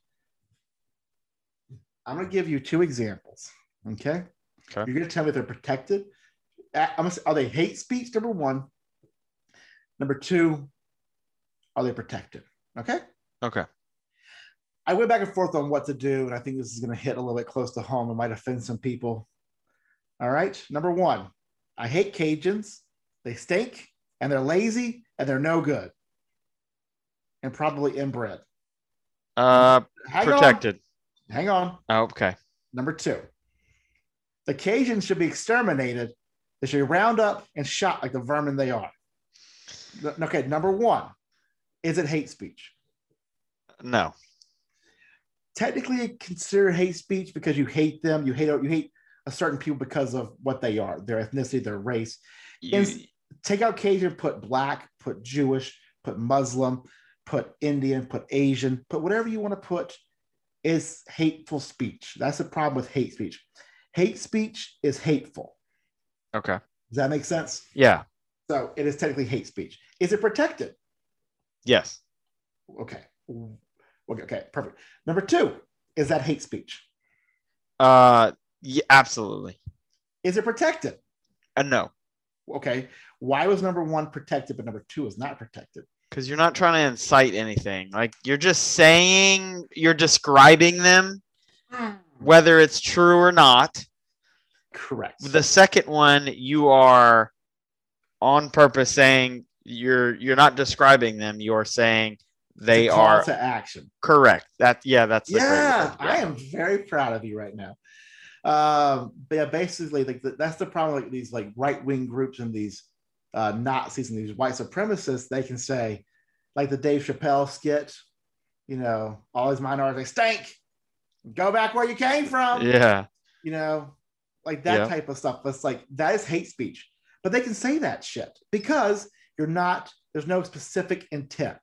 S1: I'm going to give you two examples. Okay.
S2: Okay.
S1: You're going to tell me if they're protected. A- I'm gonna say, are they hate speech? Number one. Number two, are they protected? Okay.
S2: Okay.
S1: I went back and forth on what to do, and I think this is going to hit a little bit close to home and might offend some people. All right. Number one, I hate Cajuns. They stink and they're lazy and they're no good and probably inbred.
S2: Uh,
S1: Hang
S2: protected.
S1: On. Hang on.
S2: Oh, okay.
S1: Number two. The Cajuns should be exterminated. They should be round up and shot like the vermin they are. N- Okay, number one. Is it hate speech?
S2: No.
S1: Technically it considered hate speech because you hate them. You hate you hate a certain people because of what they are, their ethnicity, their race.
S2: You-
S1: Ins- Take out Cajun, put black, put Jewish, put Muslim, put Indian, put Asian, put whatever you want to put is hateful speech. That's the problem with hate speech. Hate speech is hateful.
S2: okay.
S1: Does that make sense?
S2: Yeah.
S1: So it is technically hate speech. Is it protected?
S2: Yes.
S1: Okay. Okay, okay, perfect. Number two, is that hate speech?
S2: Uh, yeah, absolutely.
S1: Is it protected?
S2: Uh, no,
S1: Okay. Why was number one protected, but number two is not protected?
S2: because you're not trying to incite anything. Like you're just saying, you're describing them, whether it's true or not.
S1: Correct.
S2: The second one, you are on purpose saying you're you're not describing them. You're saying they
S1: The call
S2: are
S1: to action.
S2: correct. That yeah, that's the
S1: yeah,
S2: greatest-
S1: I am very proud of you right now. Um, but yeah, basically, like the, that's the problem. Like these like right wing groups and these uh, Nazis and these white supremacists, they can say, like the Dave Chappelle skit, you know, all these minorities they stink. Go back where you came from.
S2: Yeah,
S1: You know, like that
S2: Yeah.
S1: type of stuff. That's like that is hate speech. But they can say that shit because you're not. There's no specific intent.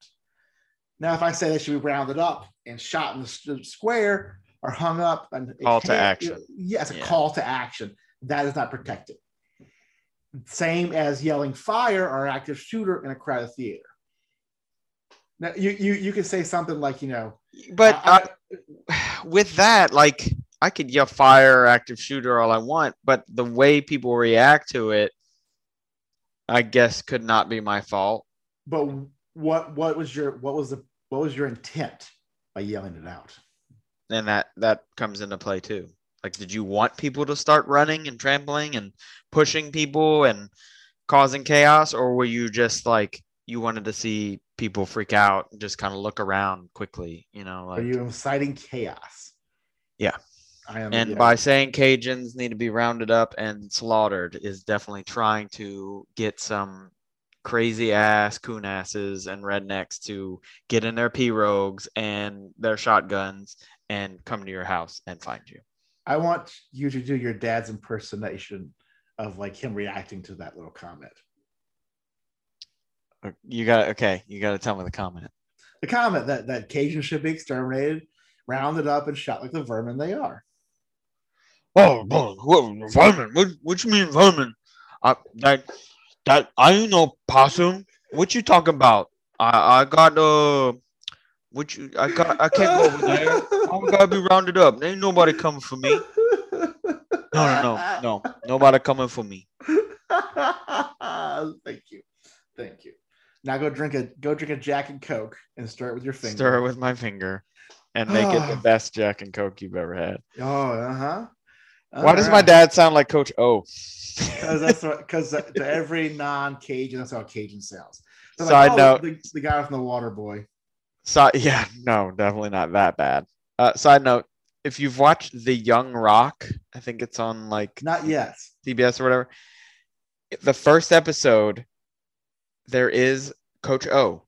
S1: Now, if I say they should be rounded up and shot in the s- square or hung up, and it
S2: Call to
S1: can't-
S2: action.
S1: Yes, a
S2: Yeah.
S1: call to action that is not protected. Same as yelling fire or active shooter in a crowded theater. Now, you you you could say something like you know,
S2: but uh,
S1: I- I-
S2: with that, like I could yell fire or active shooter all I want, but the way people react to it, I guess could not be my fault.
S1: but what what was your what was the what was your intent by yelling it out?
S2: And that that comes into play too. Like, did you want people to start running and trampling and pushing people and causing chaos? Or were you just like you wanted to see people freak out and just kind of look around quickly, you know,
S1: Are
S2: like
S1: you inciting chaos?
S2: Yeah.
S1: I am.
S2: And
S1: yeah.
S2: by saying Cajuns need to be rounded up and slaughtered is definitely trying to get some crazy ass coon asses and rednecks to get in their p rogues and their shotguns and come to your house and find you.
S1: I want you to do your dad's impersonation of like him reacting to that little comment.
S2: You got okay. You got to tell me the comment.
S1: The comment that that Cajuns should be exterminated, rounded up, and shot like the vermin they are.
S2: Oh, oh, whoa, vermin! What, what you mean vermin? I, that that I ain't no possum. What you talking about? I I got uh, what you I got I can't go over there. I'm gonna be rounded up. There ain't nobody coming for me. No, no, no, no. Nobody coming for me.
S1: Thank you, thank you. Now go drink a go drink a Jack and Coke and stir it with your finger.
S2: Stir it with my finger and make it the best Jack and Coke you've ever had.
S1: Oh, uh huh.
S2: Why does my dad sound like Coach O?
S1: Because that's because to every non-Cajun, that's how Cajun sounds. They're "Oh,
S2: Side note.
S1: the, the guy from the Water Boy.
S2: So yeah, no, definitely not that bad. Uh, side note: if you've watched The Young Rock, I think it's on like
S1: Not yet.
S2: CBS or whatever. The first episode, there is Coach O,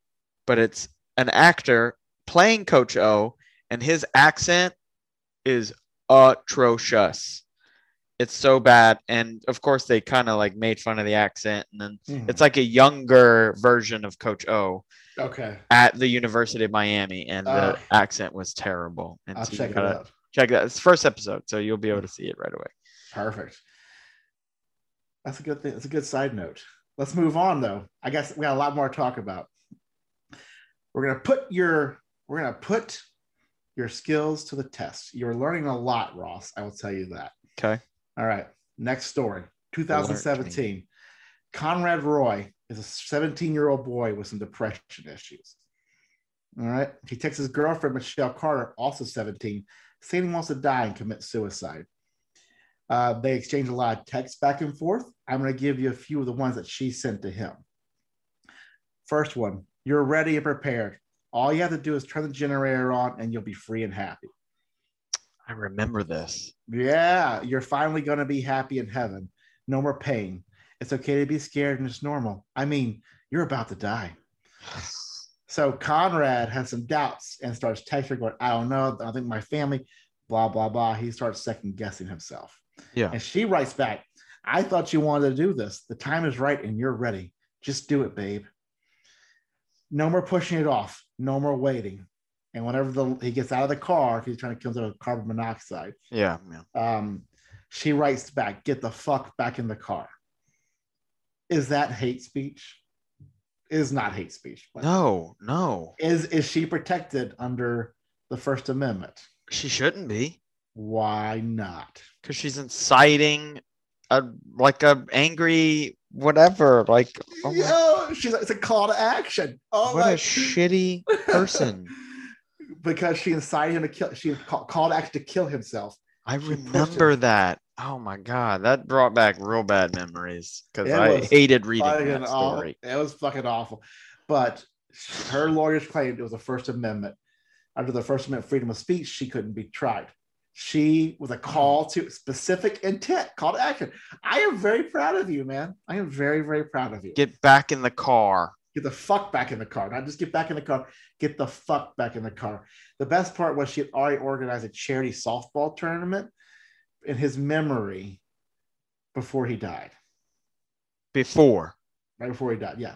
S2: but it's an actor playing Coach O, and his accent is atrocious. It's so bad. And of course, they kind of like made fun of the accent. And then
S1: Hmm.
S2: it's like a younger version of Coach O
S1: okay.
S2: at the University of Miami, and
S1: Uh,
S2: the accent was terrible. And
S1: I'll
S2: so you
S1: check it
S2: gotta
S1: out.
S2: Check that. It's the first episode, so you'll be able to see it right away.
S1: Perfect. That's a good thing. That's a good side note. Let's move on though. I guess we got a lot more to talk about. We're gonna put your we're gonna put your skills to the test. You're learning a lot, Ross. I will tell you that.
S2: Okay.
S1: All right. Next story. 2017. Conrad Roy is a 17 year old boy with some depression issues. All right. He texts his girlfriend, Michelle Carter, also 17, saying he wants to die and commit suicide. Uh, they exchange a lot of texts back and forth. I'm going to give you a few of the ones that she sent to him. First one You're ready and prepared. All you have to do is turn the generator on and you'll be free and happy.
S2: I remember this.
S1: Yeah, you're finally going to be happy in heaven. No more pain. It's okay to be scared and it's normal. I mean, you're about to die. So Conrad has some doubts and starts texting, her going, I don't know. I think my family, blah, blah, blah. He starts second guessing himself.
S2: Yeah.
S1: And she writes back, I thought you wanted to do this. The time is right and you're ready. Just do it, babe. No more pushing it off. No more waiting. And whenever the, he gets out of the car, he's trying to kill him with carbon monoxide
S2: Yeah, yeah.
S1: um, she writes back, "Get the fuck back in the car." Is that hate speech? Is not hate speech. but
S2: No, no,
S1: Is is she protected under the First Amendment?
S2: she shouldn't be
S1: Why not?
S2: because she's inciting a like a angry whatever. Like, oh my-
S1: Yo, she's it's a call to action. Oh
S2: what
S1: my
S2: a shitty person.
S1: because she incited him to kill. She ca- called action to kill himself.
S2: I
S1: She pushed it.
S2: remember that. Oh my god, that brought back real bad memories because
S1: It
S2: I
S1: was
S2: hated reading
S1: Fucking
S2: that
S1: aw-
S2: story.
S1: It was fucking awful. But her lawyers claimed it was a First Amendment. Under the First Amendment freedom of speech, she couldn't be tried. She was a call to specific intent, call to action. I am very proud of you, man. I am very, very proud of you. Get,
S2: Get back in the car.
S1: the fuck back in the car. Not just get back in the car, get the fuck back in the car. The best part was she had already organized a charity softball tournament in his memory before he died.
S2: Before
S1: right before he died. Yeah.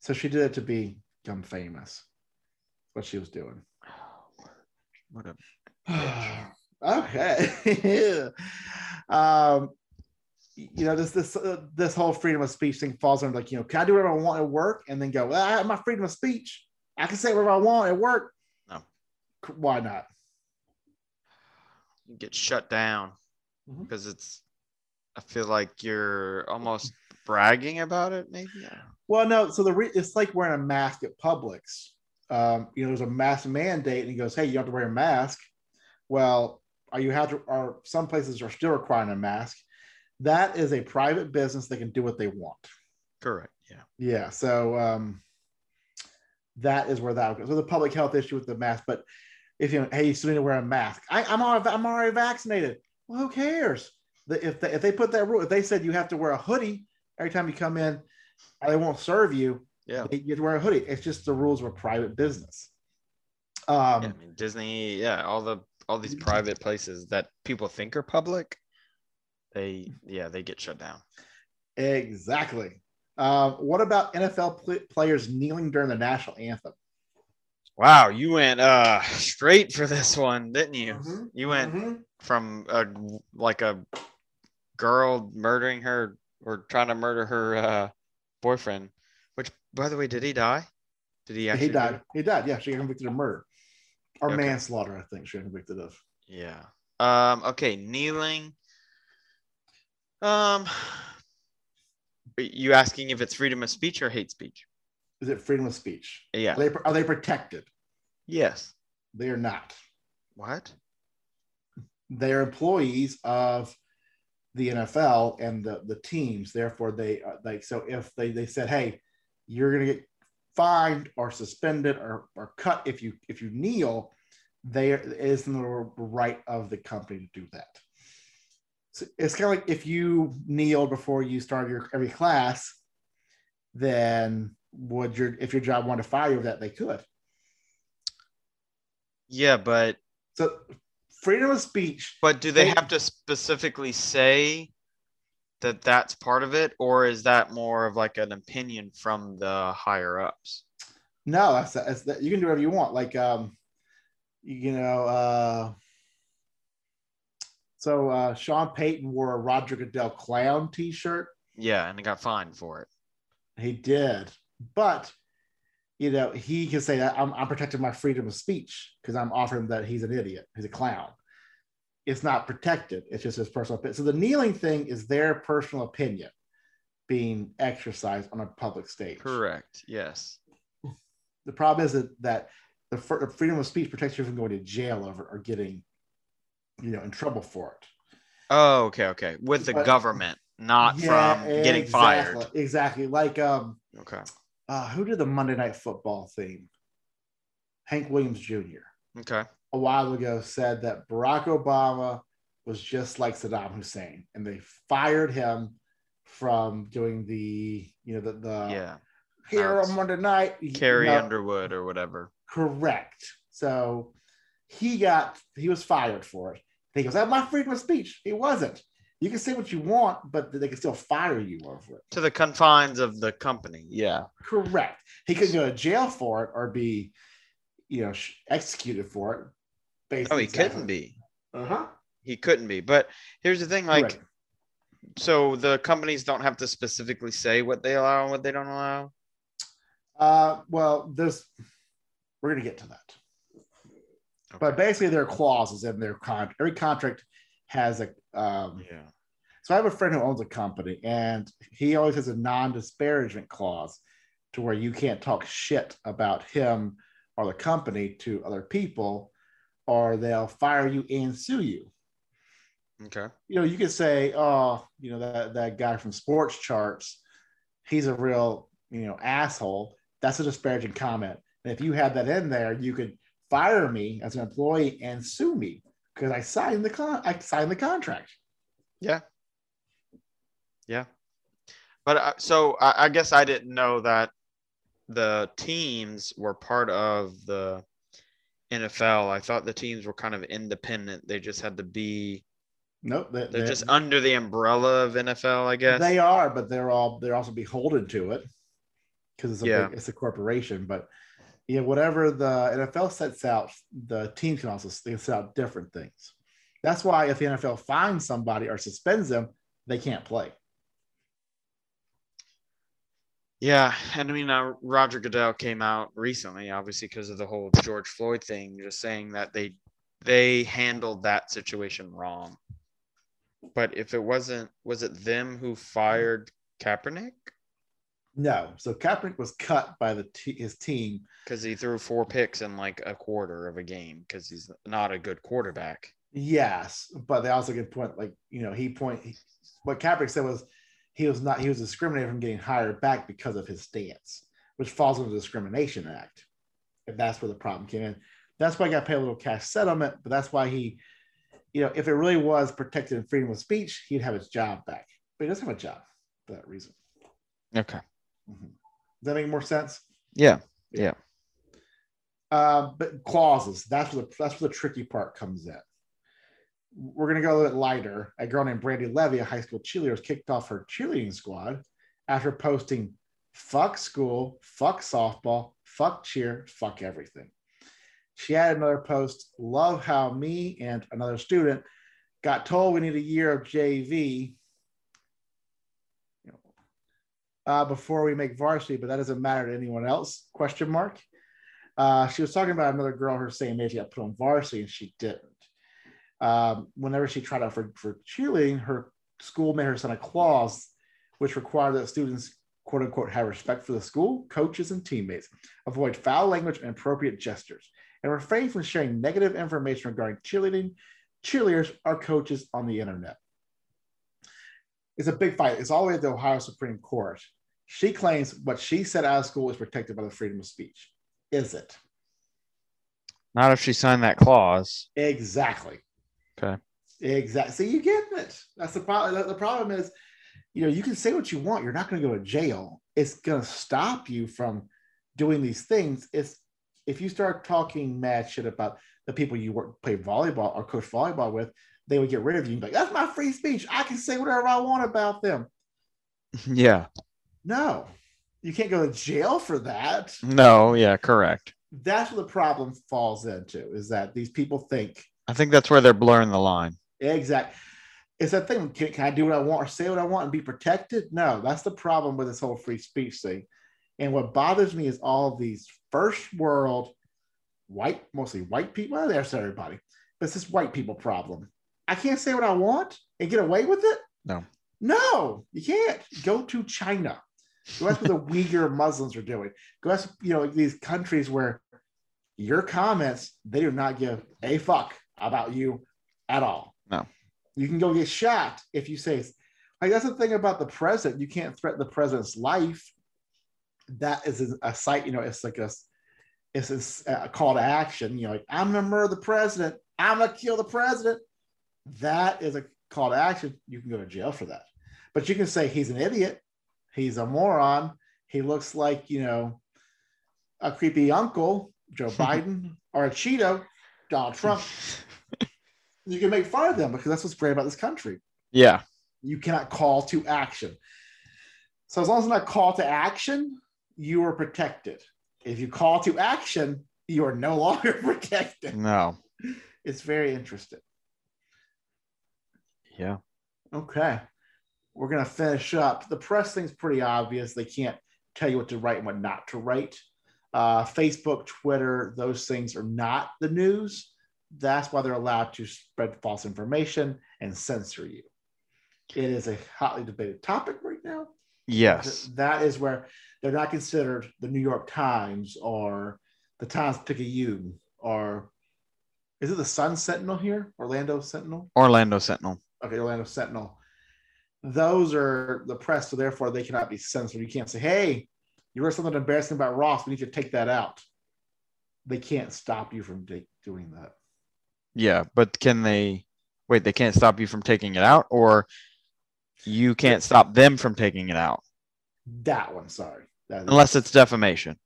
S1: So she did it to become famous. What she was doing.
S2: what a
S1: okay. um, you know this this uh, this whole freedom of speech thing falls under like you know can I do whatever I want at work and then go well, I have my freedom of speech I can say whatever I want at work.
S2: No.
S1: C- Why not?
S2: you get shut down
S1: Mhm.
S2: because it's. I feel like you're almost bragging about it. Maybe I don't know.
S1: Well, no. So the re- it's like wearing a mask at Publix. Um, you know, there's a mask mandate, and he goes, "Hey, you have to wear a mask." Well, are you have to? Are some places are still requiring a mask? That is a private business; they can do what they want.
S2: correct. Yeah,
S1: Yeah. So um, that is where that goes. So the public health issue with the mask, but if you know, hey, you still need to wear a mask. I, I'm already, I'm already vaccinated. Well, who cares? The, if they, if they put that rule, if they said you have to wear a hoodie every time you come in, they won't serve you.
S2: yeah.
S1: They- You'd wear a hoodie. It's just the rules of a private business. Um,
S2: yeah, I mean Disney, yeah, all the all these private places that people think are public, they yeah, they get shut down.
S1: Exactly. Um, what about NFL pl- players kneeling during the national anthem?
S2: Wow, you went uh straight for this one, didn't you?
S1: Mhm.
S2: You went from a like a girl murdering her or trying to murder her uh boyfriend, which by the way, did he die? Did he actually
S1: he
S2: do
S1: died.
S2: it?
S1: He died. Yeah, she got convicted of murder or
S2: Okay.
S1: manslaughter. I think she got convicted of.
S2: Yeah. Um, okay, kneeling. Um are you asking if it's freedom of speech or hate speech?
S1: Is it freedom of speech?
S2: Yeah.
S1: Are they, are they protected?
S2: Yes.
S1: They are not.
S2: What?
S1: They are employees of the NFL and the, the teams. Therefore, they uh, like so if they they said, "Hey, you're going to get fined or suspended or, or cut if you if you kneel," they it is in the right of the company to do that. So it's kind of like if you kneel before you start your every class, then would your if your job wanted to fire you over that they could.
S2: Yeah, but
S1: So freedom of speech
S2: but do they
S1: They-
S2: have to specifically say that that's part of it, or is that more of like an opinion from the higher ups?
S1: No, that's, that's that you can do whatever you want. Like, um, you know, uh, so uh, Sean Payton wore a Roger Goodell clown T-shirt.
S2: Yeah, and they got fined for it.
S1: He did, but you know, he can say that I'm, I'm protecting my freedom of speech because I'm offering that he's an idiot. He's a clown. It's not protected. It's just his personal opinion. So the kneeling thing is their personal opinion being exercised on a public stage.
S2: Correct. Yes.
S1: the problem is that, that the fr- freedom of speech protects you from going to jail over or getting you know in trouble for it
S2: Oh, okay, okay. With the
S1: But-
S2: government, not
S1: Yeah,
S2: from getting
S1: exactly,
S2: fired.
S1: exactly like um
S2: Okay.
S1: uh, who did the monday night football theme hank williams jr
S2: Okay.
S1: a while ago said that barack obama was just like saddam hussein and they fired him from doing the you know the, the
S2: yeah.
S1: here
S2: Outs.
S1: on monday night Uh, you
S2: Carrie
S1: know,
S2: Underwood or whatever.
S1: Correct. So he got he was fired for it. He goes, "That's my freedom of speech." He wasn't. You can say what you want, but they can still fire you over it.
S2: To the confines of the company. Yeah.
S1: Correct. He could go to jail for it or be, you know, sh- executed for it.
S2: No, Oh, he couldn't be.
S1: Uh huh.
S2: He couldn't be. But here's the thing, like
S1: Like
S2: so the companies don't have to specifically say what they allow and what they don't allow.
S1: uh, well, there's we're gonna get to that. But basically, there are clauses in their contract. Every contract has a um,
S2: yeah.
S1: So I have a friend who owns a company, and he always has a non-disparagement clause to where you can't talk shit about him or the company to other people, or they'll fire you and sue you.
S2: Okay.
S1: you know, you could say, oh, you know, that, that guy from sports charts, he's a real, you know, asshole. That's a disparaging comment. And if you had that in there, you could fire me as an employee and sue me because I signed the con- I signed the contract.
S2: Yeah. But uh, so I, I guess I didn't know that the teams were part of the NFL. I thought the teams were kind of independent. They just had to be,
S1: Nope, they,
S2: they're just under the umbrella of NFL, I guess.
S1: they are, but they're all they're also beholden to it because it's a
S2: Yeah.
S1: big, it's a corporation. But yeah, whatever the NFL sets out, the team can also s- they can set out different things. That's why if the NFL finds somebody or suspends them, they can't play.
S2: Yeah, and I mean, uh, Roger Goodell came out recently, obviously because of the whole George Floyd thing, just saying that they they handled that situation wrong. But if it wasn't, was it them who fired Kaepernick
S1: No, so Kaepernick was cut by the t- his team.
S2: because he threw four picks in like a quarter of a game because he's not a good quarterback?
S1: Yes, but they also could point like you know he point he, what Kaepernick said was he was not he was discriminated from getting hired back because of his stance, which falls under the discrimination act. And that's where the problem came in. That's why I got paid a little cash settlement, but that's why he, you know, if it really was protected in freedom of speech, he'd have his job back. But he doesn't have a job for that reason.
S2: Okay.
S1: Mhm. Does that make more sense?
S2: Yeah.
S1: Um, but clauses, that's where the that's where the tricky part comes in. We're gonna go a little bit lighter. A girl named Brandy Levy, a high school cheerleader, was kicked off her cheerleading squad after posting fuck school, fuck softball, fuck cheer, fuck everything. She added another post, love how me and another student got told we need a year of JV you know, uh, before we make varsity, but that doesn't matter to anyone else, question mark. Uh, she was talking about another girl her same age got put on varsity and she didn't. Um, whenever she tried out for, for cheerleading, her school made her sign a clause which required that students, quote unquote, have respect for the school, coaches, and teammates, avoid foul language and appropriate gestures, and refrain from sharing negative information regarding cheerleading, cheerleaders, or coaches on the internet. It's a big fight. It's all the way to the Ohio Supreme Court. She claims what she said out of school is protected by the freedom of speech is it?
S2: Not if she signed that clause.
S1: Exactly.
S2: Okay.
S1: Exactly. So you get it. That's the problem. The problem is, you know, you can say what you want. You're not going to go to jail. It's going to stop you from doing these things. It's if you start talking mad shit about the people you work, play volleyball or coach volleyball with, they would get rid of you. You'd be Like that's my free speech. I can say whatever I want about them.
S2: Yeah.
S1: No, you can't go to jail for that.
S2: No. Yeah. Correct.
S1: That's what the problem falls into. Is that these people think
S2: I think that's where they're blurring the line.
S1: Exactly. It's that thing. Can, can I do what I want or say what I want and be protected? No, that's the problem with this whole free speech thing. And what bothers me is all these first world white, mostly white people. Well, there's everybody, but it's this white people problem. I can't say what I want and get away with it.
S2: No.
S1: no, you can't. Go to China. Go ask what the Uyghur Muslims are doing. Go ask, you know, these countries where your comments they do not give a fuck about you at all.
S2: No.
S1: You can go get shot if you say, like, that's the thing about the president. You can't threaten the president's life. That is a site, you know, it's like a, it's it's a call to action. You know, like, I'm going to murder the president. I'm going to kill the president. That is a call to action. You can go to jail for that. But you can say he's an idiot. He's a moron. He looks like, you know, a creepy uncle, Joe Biden, or a Cheeto, Donald Trump you can make fun of them because that's what's great about this country.
S2: yeah.
S1: You cannot call to action. So as long as it's not call to action, you are protected. If you call to action, you are no longer protected.
S2: No.
S1: It's very interesting.
S2: Yeah.
S1: Okay. We're going to finish up. The press thing's pretty obvious. They can't tell you what to write and what not to write. Uh, Facebook, Twitter, those things are not the news. That's why they're allowed to spread false information and censor you. It is a hotly debated topic right now.
S2: Yes.
S1: That is where they're not considered the New York Times or the Times Picayune or is it the Sun Sentinel here? Orlando Sentinel?
S2: Orlando Sentinel.
S1: okay, Orlando Sentinel. Those are the press, so therefore they cannot be censored. You can't say, hey, you wrote something embarrassing about Ross. We need you to take that out. They can't stop you from de- doing that.
S2: Yeah, but can they? Wait, they can't stop you from taking it out, or you can't stop them from taking it out
S1: That one, sorry. That is
S2: unless it's defamation.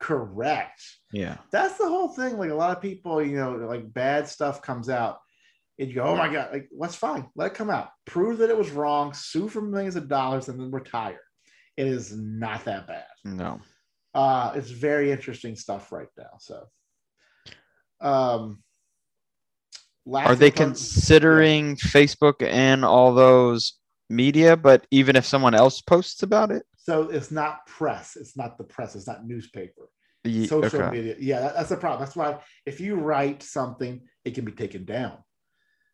S1: correct.
S2: Yeah.
S1: That's the whole thing. Like a lot of people, you know, like bad stuff comes out, and you go, "Oh my god!" Like, what's fine? Let it come out. Prove that it was wrong. Sue for millions of dollars, and then retire. It is not that bad.
S2: No.
S1: uh it's very interesting stuff right now so um last
S2: Are they
S1: thing-
S2: considering Facebook and all those media? But even if someone else posts about it,
S1: so it's not press it's not the press it's not newspaper
S2: Ye-
S1: social
S2: okay.
S1: media yeah that- that's the problem that's why if you write something it can be taken down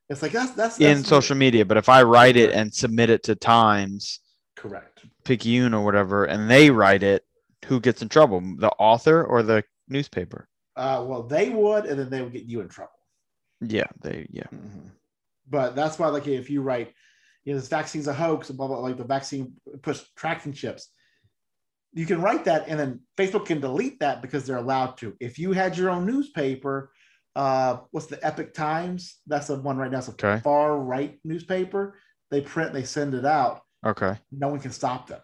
S1: it's like that's that's,
S2: in
S1: that's-
S2: social media. But if I write it and submit it to Times,
S1: correct
S2: Picayune, or whatever, and they write it, who gets in trouble? The author or the newspaper?
S1: uh well they would and then they would get you in trouble
S2: Yeah. They. Yeah.
S1: Mm-hmm. But that's why, like, if you write, you know, this vaccine's a hoax, blah, blah, like the vaccine puts tracking chips, you can write that and then Facebook can delete that because they're allowed to. If you had your own newspaper, uh, what's the Epic Times? That's the one right now. It's a
S2: Okay.
S1: far right newspaper. They print, they send it out.
S2: Okay.
S1: No one can stop them.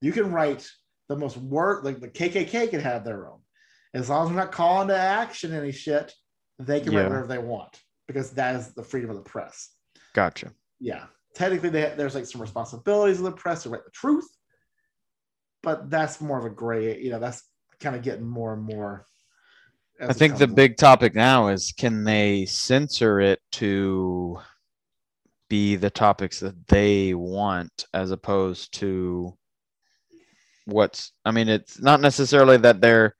S1: You can write the most word, like the KKK can have their own. As long as they're not calling to action any shit, they can
S2: Yeah.
S1: write whatever they want because that is the freedom of the press.
S2: Gotcha.
S1: Yeah. Technically, they, there's like some responsibilities of the press to write the truth, but that's more of a gray, you know, that's kind of getting more and more. as
S2: I
S1: it
S2: think the
S1: comes
S2: big topic now is can they censor it to be the topics that they want as opposed to what's I mean it's not necessarily that they're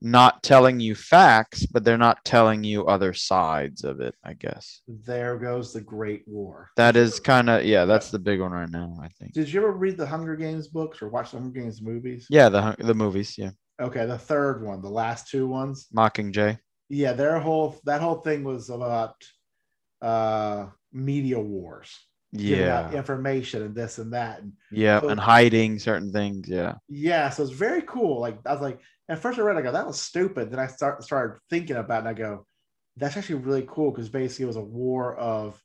S2: not telling you facts but they're not telling you other sides of it I guess.
S1: along. There goes the Great War.
S2: That is kind of yeah, that's the big one right now I think.
S1: Did you ever read the Hunger Games books or watch the Hunger Games movies?
S2: Yeah, the hun- the movies, yeah.
S1: Okay, the third one, the last two ones.
S2: Mockingjay.
S1: yeah their whole that whole thing was about uh media wars giving out
S2: Yeah.
S1: information and this and that and
S2: Yeah, and hiding certain things, yeah.
S1: yeah so it's very cool like i was like at first i read it, i go that was stupid then i start, started thinking about it and i go that's actually really cool because basically it was a war of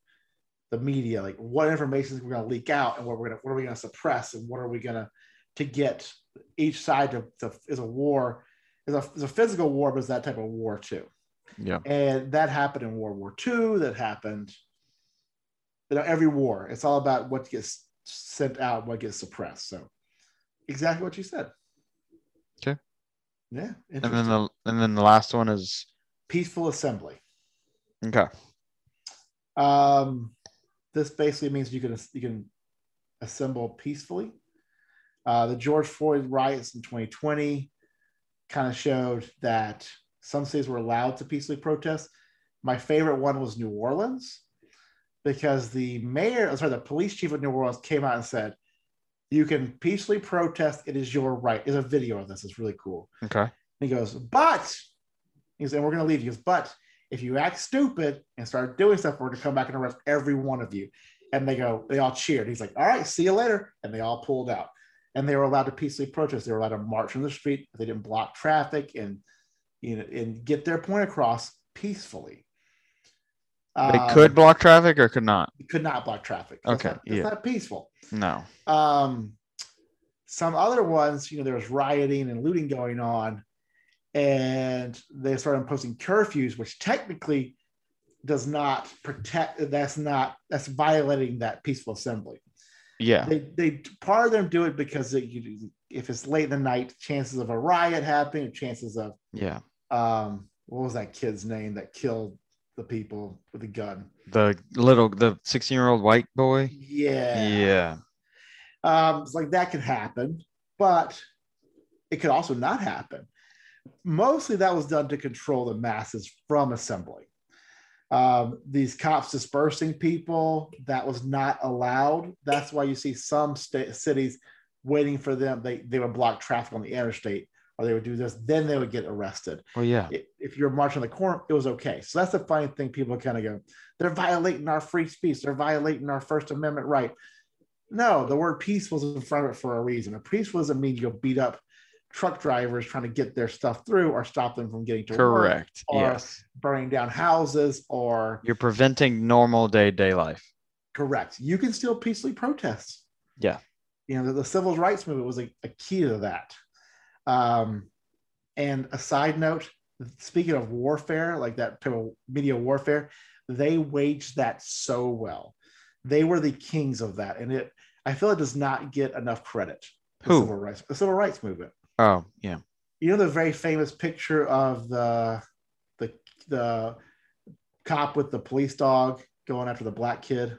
S1: the media like what information is we're going to leak out and what we're going to what are we going to suppress and what are we going to to get each side to, to is a war is a, is a physical war but it's that type of war too
S2: Yeah.
S1: and that happened in World War II. That happened, you know, every war. It's all about what gets sent out, what gets suppressed. So, exactly what you said.
S2: Okay.
S1: Yeah.
S2: And then uh,
S1: Interesting.
S2: the and then the last one is
S1: Peaceful assembly.
S2: okay.
S1: Um, this basically means you can you can assemble peacefully. Uh, the George Floyd riots in 2020 kind of showed that some cities were allowed to peacefully protest. My favorite one was New Orleans because the mayor, I'm sorry, the police chief of New Orleans came out and said, "You can peacefully protest. It is your right." There's a video of this. It's really cool.
S2: Okay.
S1: And he goes, but he goes, and we're gonna leave. He goes, but if you act stupid and start doing stuff, we're gonna come back and arrest every one of you. And they go, they all cheered. He's like, all right, see you later. And they all pulled out. And they were allowed to peacefully protest. They were allowed to march in the street. They didn't block traffic and you know and get their point across peacefully.
S2: They
S1: Um,
S2: could block traffic or could not.
S1: could not block traffic. That's
S2: Okay,
S1: not- that's
S2: yeah.
S1: not peaceful.
S2: No.
S1: Um, some other ones, you know, there was rioting and looting going on, and they started imposing curfews, which technically does not protect. That's not that's violating that peaceful assembly.
S2: Yeah.
S1: They they part of them do it because it, you, if it's late in the night, chances of a riot happening, chances of
S2: Yeah.
S1: um, what was that kid's name that killed the people with the gun?
S2: The little the 16 year old white boy.
S1: Yeah,
S2: Yeah.
S1: Um, it's like that could happen, but it could also not happen. Mostly that was done to control the masses from assembly. Um, these cops dispersing people, that was not allowed. That's why you see some sta- cities waiting for them. They, they would block traffic on the interstate or they would do this, then they would get arrested.
S2: Well, yeah.
S1: I- If you're marching the quorum, it was okay. So that's the funny thing. People kind of go, they're violating our free speech. They're violating our First Amendment right. No, the word peace was in front of it for a reason. A peace doesn't mean you'll beat up truck drivers trying to get their stuff through or stop them from getting to work,
S2: Correct.
S1: or-
S2: yes.
S1: burning down houses or
S2: You're preventing normal day day life.
S1: Correct. You can still peacefully protest.
S2: Yeah.
S1: You know, the, the civil rights movement was a, a key to that. Um, and a side note, speaking of warfare, like that type of media warfare, they waged that so well. They were the kings of that. And it, I feel it does not get enough credit. The
S2: Who?
S1: Civil rights, the civil rights movement.
S2: Oh, yeah.
S1: You know, the very famous picture of the, the, the cop with the police dog going after the black kid.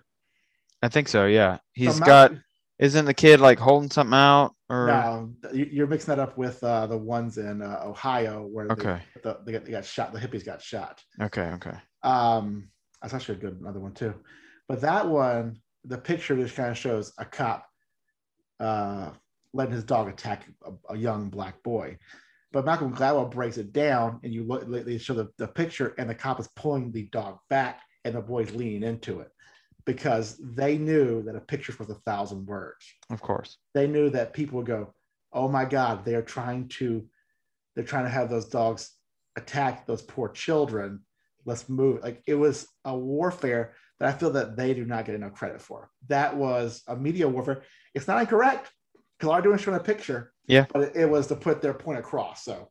S2: I think so. Yeah. He's
S1: From
S2: got,
S1: Mount-
S2: isn't the kid like holding something out or?
S1: No, you- you're mixing that up with uh, the ones in uh, Ohio where
S2: Okay.
S1: they, the, they, got, they got shot. The hippies got shot.
S2: Okay. Okay.
S1: Um, that's actually a good another one too. But that one, the picture just kind of shows a cop uh, letting his dog attack a, a young black boy. But Malcolm Gladwell breaks it down, and you look, they show the, the picture, and the cop is pulling the dog back, and the boy's leaning into it because they knew that a picture's worth a thousand words
S2: Of course.
S1: they knew that people would go, "Oh my God, they are trying to, they're trying to have those dogs attack those poor children. Let's move." Like it was a warfare that I feel that they do not get enough credit for. That was a media warfare. It's not incorrect because all they're doing is showing a picture.
S2: Yeah.
S1: but it, it was to put their point across. So,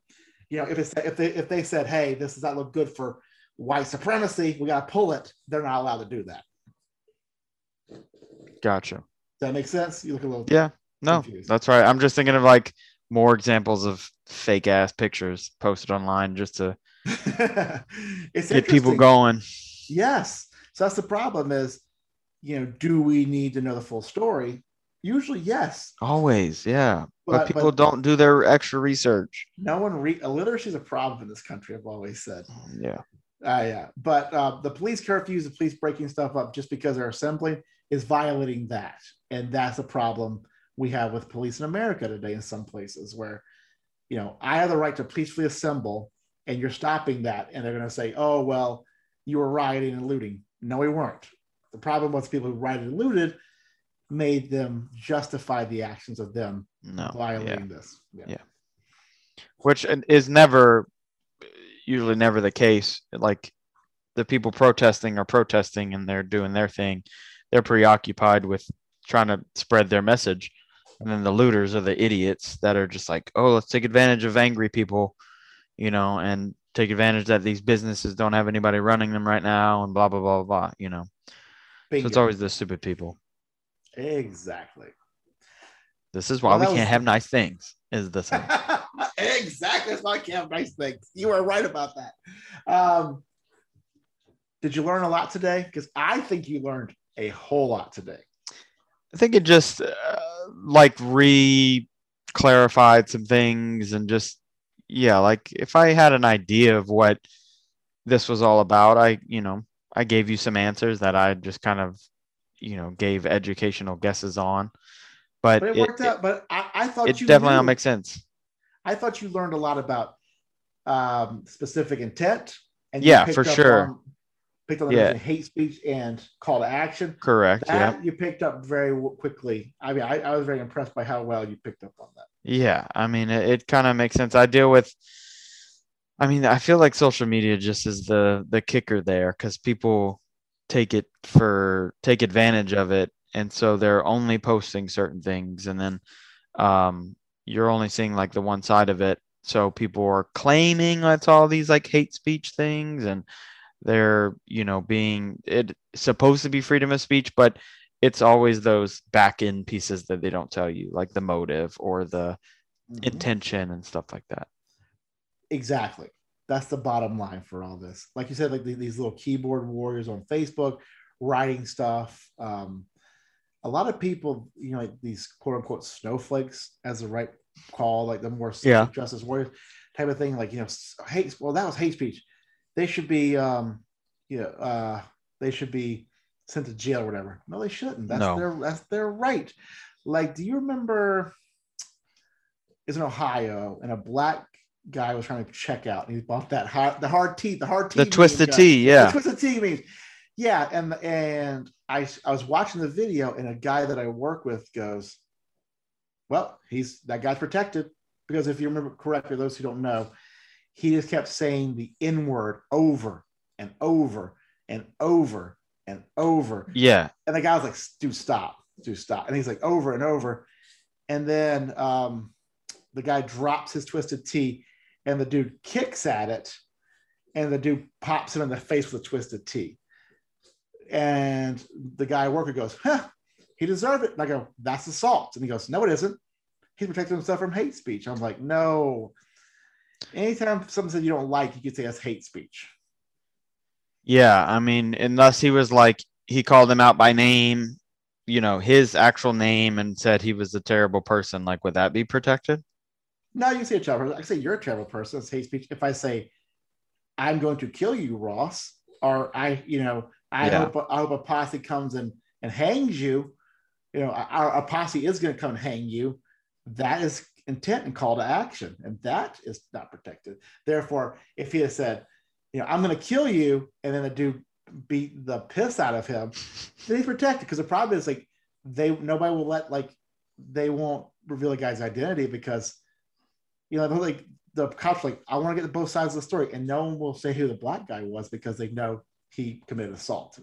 S1: you know, if it's if they if they said, "Hey, this does not look good for white supremacy, we got to pull it," they're not allowed to do that.
S2: Gotcha.
S1: Does that make sense? You look a little
S2: Yeah. No,
S1: Confused.
S2: that's right. I'm just thinking of like more examples of fake ass pictures posted online just to
S1: it's
S2: get people
S1: interesting.
S2: going.
S1: Yes. So that's the problem is, you know, do we need to know the full story? Usually, yes.
S2: Always. Yeah. But,
S1: But,
S2: people
S1: but
S2: don't do their extra research.
S1: no one read literacy is a problem in this country, I've always said.
S2: Yeah.
S1: Uh, yeah. But uh, the police curfews, the police breaking stuff up just because they're assembling is violating that. And that's a problem we have with police in America today in some places where, you know, I have the right to peacefully assemble and you're stopping that. And they're going to say, oh, well, you were rioting and looting. No, we weren't. The problem was people who rioted and looted made them justify the actions of them
S2: No. Oh, Yeah.
S1: violating this. Yeah.
S2: Yeah. which is never usually never the case like the people protesting are protesting and they're doing their thing they're preoccupied with trying to spread their message and then the looters are the idiots that are just like oh let's take advantage of angry people you know and take advantage that these businesses don't have anybody running them right now and blah blah blah blah you know so it's
S1: Bingo.
S2: always the stupid people
S1: exactly.
S2: this is why
S1: Well,
S2: we
S1: that
S2: can't
S1: was-
S2: have nice things is the thing
S1: exactly. That's why I can't have nice things. You are right about that. Um, did you learn a lot today? Because I think you learned a whole lot today.
S2: I think it just uh, like re clarified some things and just yeah, like if I had an idea of what this was all about, I you know I gave you some answers that I just kind of you know gave educational guesses on, but,
S1: But it, worked out. But I, I thought
S2: It, it
S1: you
S2: definitely all
S1: knew.
S2: makes sense.
S1: I thought you learned a lot about um, specific intent. And you
S2: Yeah,
S1: picked
S2: for
S1: up
S2: sure.
S1: On, picked up on
S2: Yeah.
S1: yeah. hate speech and call to action.
S2: Correct.
S1: That you picked up very w- quickly. I mean, I, I was very impressed by how well you picked up on that.
S2: Yeah, I mean, it, it kind of makes sense. I deal with, I mean, I feel like social media just is the the kicker there because people take it for take advantage of it, and so they're only posting certain things, and then um, you're only seeing like the one side of it. So people are claiming that's all these like hate speech things, and they're you know being it supposed to be freedom of speech, but it's always those back end pieces that they don't tell you, like the motive or the
S1: Mhm.
S2: intention and stuff like that.
S1: Exactly. That's the bottom line for all this. Like you said, like the- these little keyboard warriors on Facebook writing stuff. Um, a lot of people, you know, like these quote unquote snowflakes, as the right call, like the more social
S2: Yeah.
S1: justice warriors type of thing. Like you know, s- hate. Well, that was hate speech. They should be, um, you know, uh, they should be sent to jail or whatever. No, they shouldn't. That's
S2: No.
S1: their that's their right. Like, do you remember? is in Ohio, and a black guy was trying to check out, and he bought that hard, the hard tea, the hard tea,
S2: The
S1: meme
S2: twisted
S1: guy.
S2: T,
S1: The
S2: yeah.
S1: twisted tea means, yeah. And and I I was watching the video, and a guy that I work with goes, "Well, he's that guy's protected because if you remember correctly, those who don't know, he just kept saying the N word over and over and over and over."
S2: Yeah.
S1: And the guy was like, dude, stop, dude, stop. And he's like, over and over. And then um, the guy drops his twisted T and the dude kicks at it. And the dude pops him in the face with a twisted T. And the guy worker goes, huh, he deserved it. And I go, that's assault. And he goes, no, it isn't. He's protecting himself from hate speech. I'm like, no. Anytime someone says you don't like, you can say that's hate speech.
S2: Yeah. I mean, unless he was like, he called him out by name, you know, his actual name and said he was a terrible person, like, would that be protected?
S1: No, you can say a travel person. I can say you're a travel person. It's hate speech. If I say, I'm going to kill you, Ross, or I, you know, I
S2: Yeah.
S1: hope I hope a posse comes and and hangs you. You know, our, a posse is going to come and hang you. That is intent and call to action, and that is not protected. Therefore, if he had said, you know, I'm going to kill you, and then the dude beat the piss out of him, then he's protected. Because the problem is like they nobody will let like they won't reveal a guy's identity because you know, they're like the cops are like, I want to get to both sides of the story, and no one will say who the black guy was because they know he committed assault.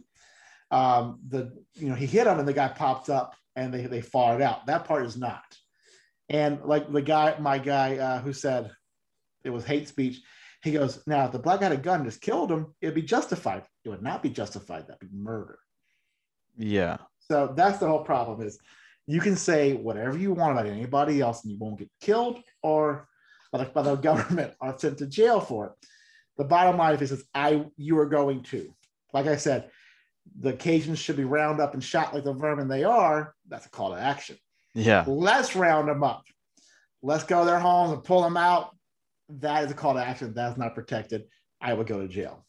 S1: Um, the you know he hit him and the guy popped up and they they fought it out. That part is not. And like the guy, my guy uh, who said it was hate speech, he goes, now if the black guy had a gun and just killed him, it'd be justified. It would not be justified. That'd be murder.
S2: Yeah.
S1: So that's the whole problem is you can say whatever you want about anybody else and you won't get killed or by the, by the government or sent to jail for it. The bottom line is, is I you are going to. Like I said, the Cajuns should be round up and shot like the vermin they are. That's a call to action.
S2: Yeah.
S1: Let's round them up. Let's go to their homes and pull them out. That is a call to action. That's not protected. I would go to jail.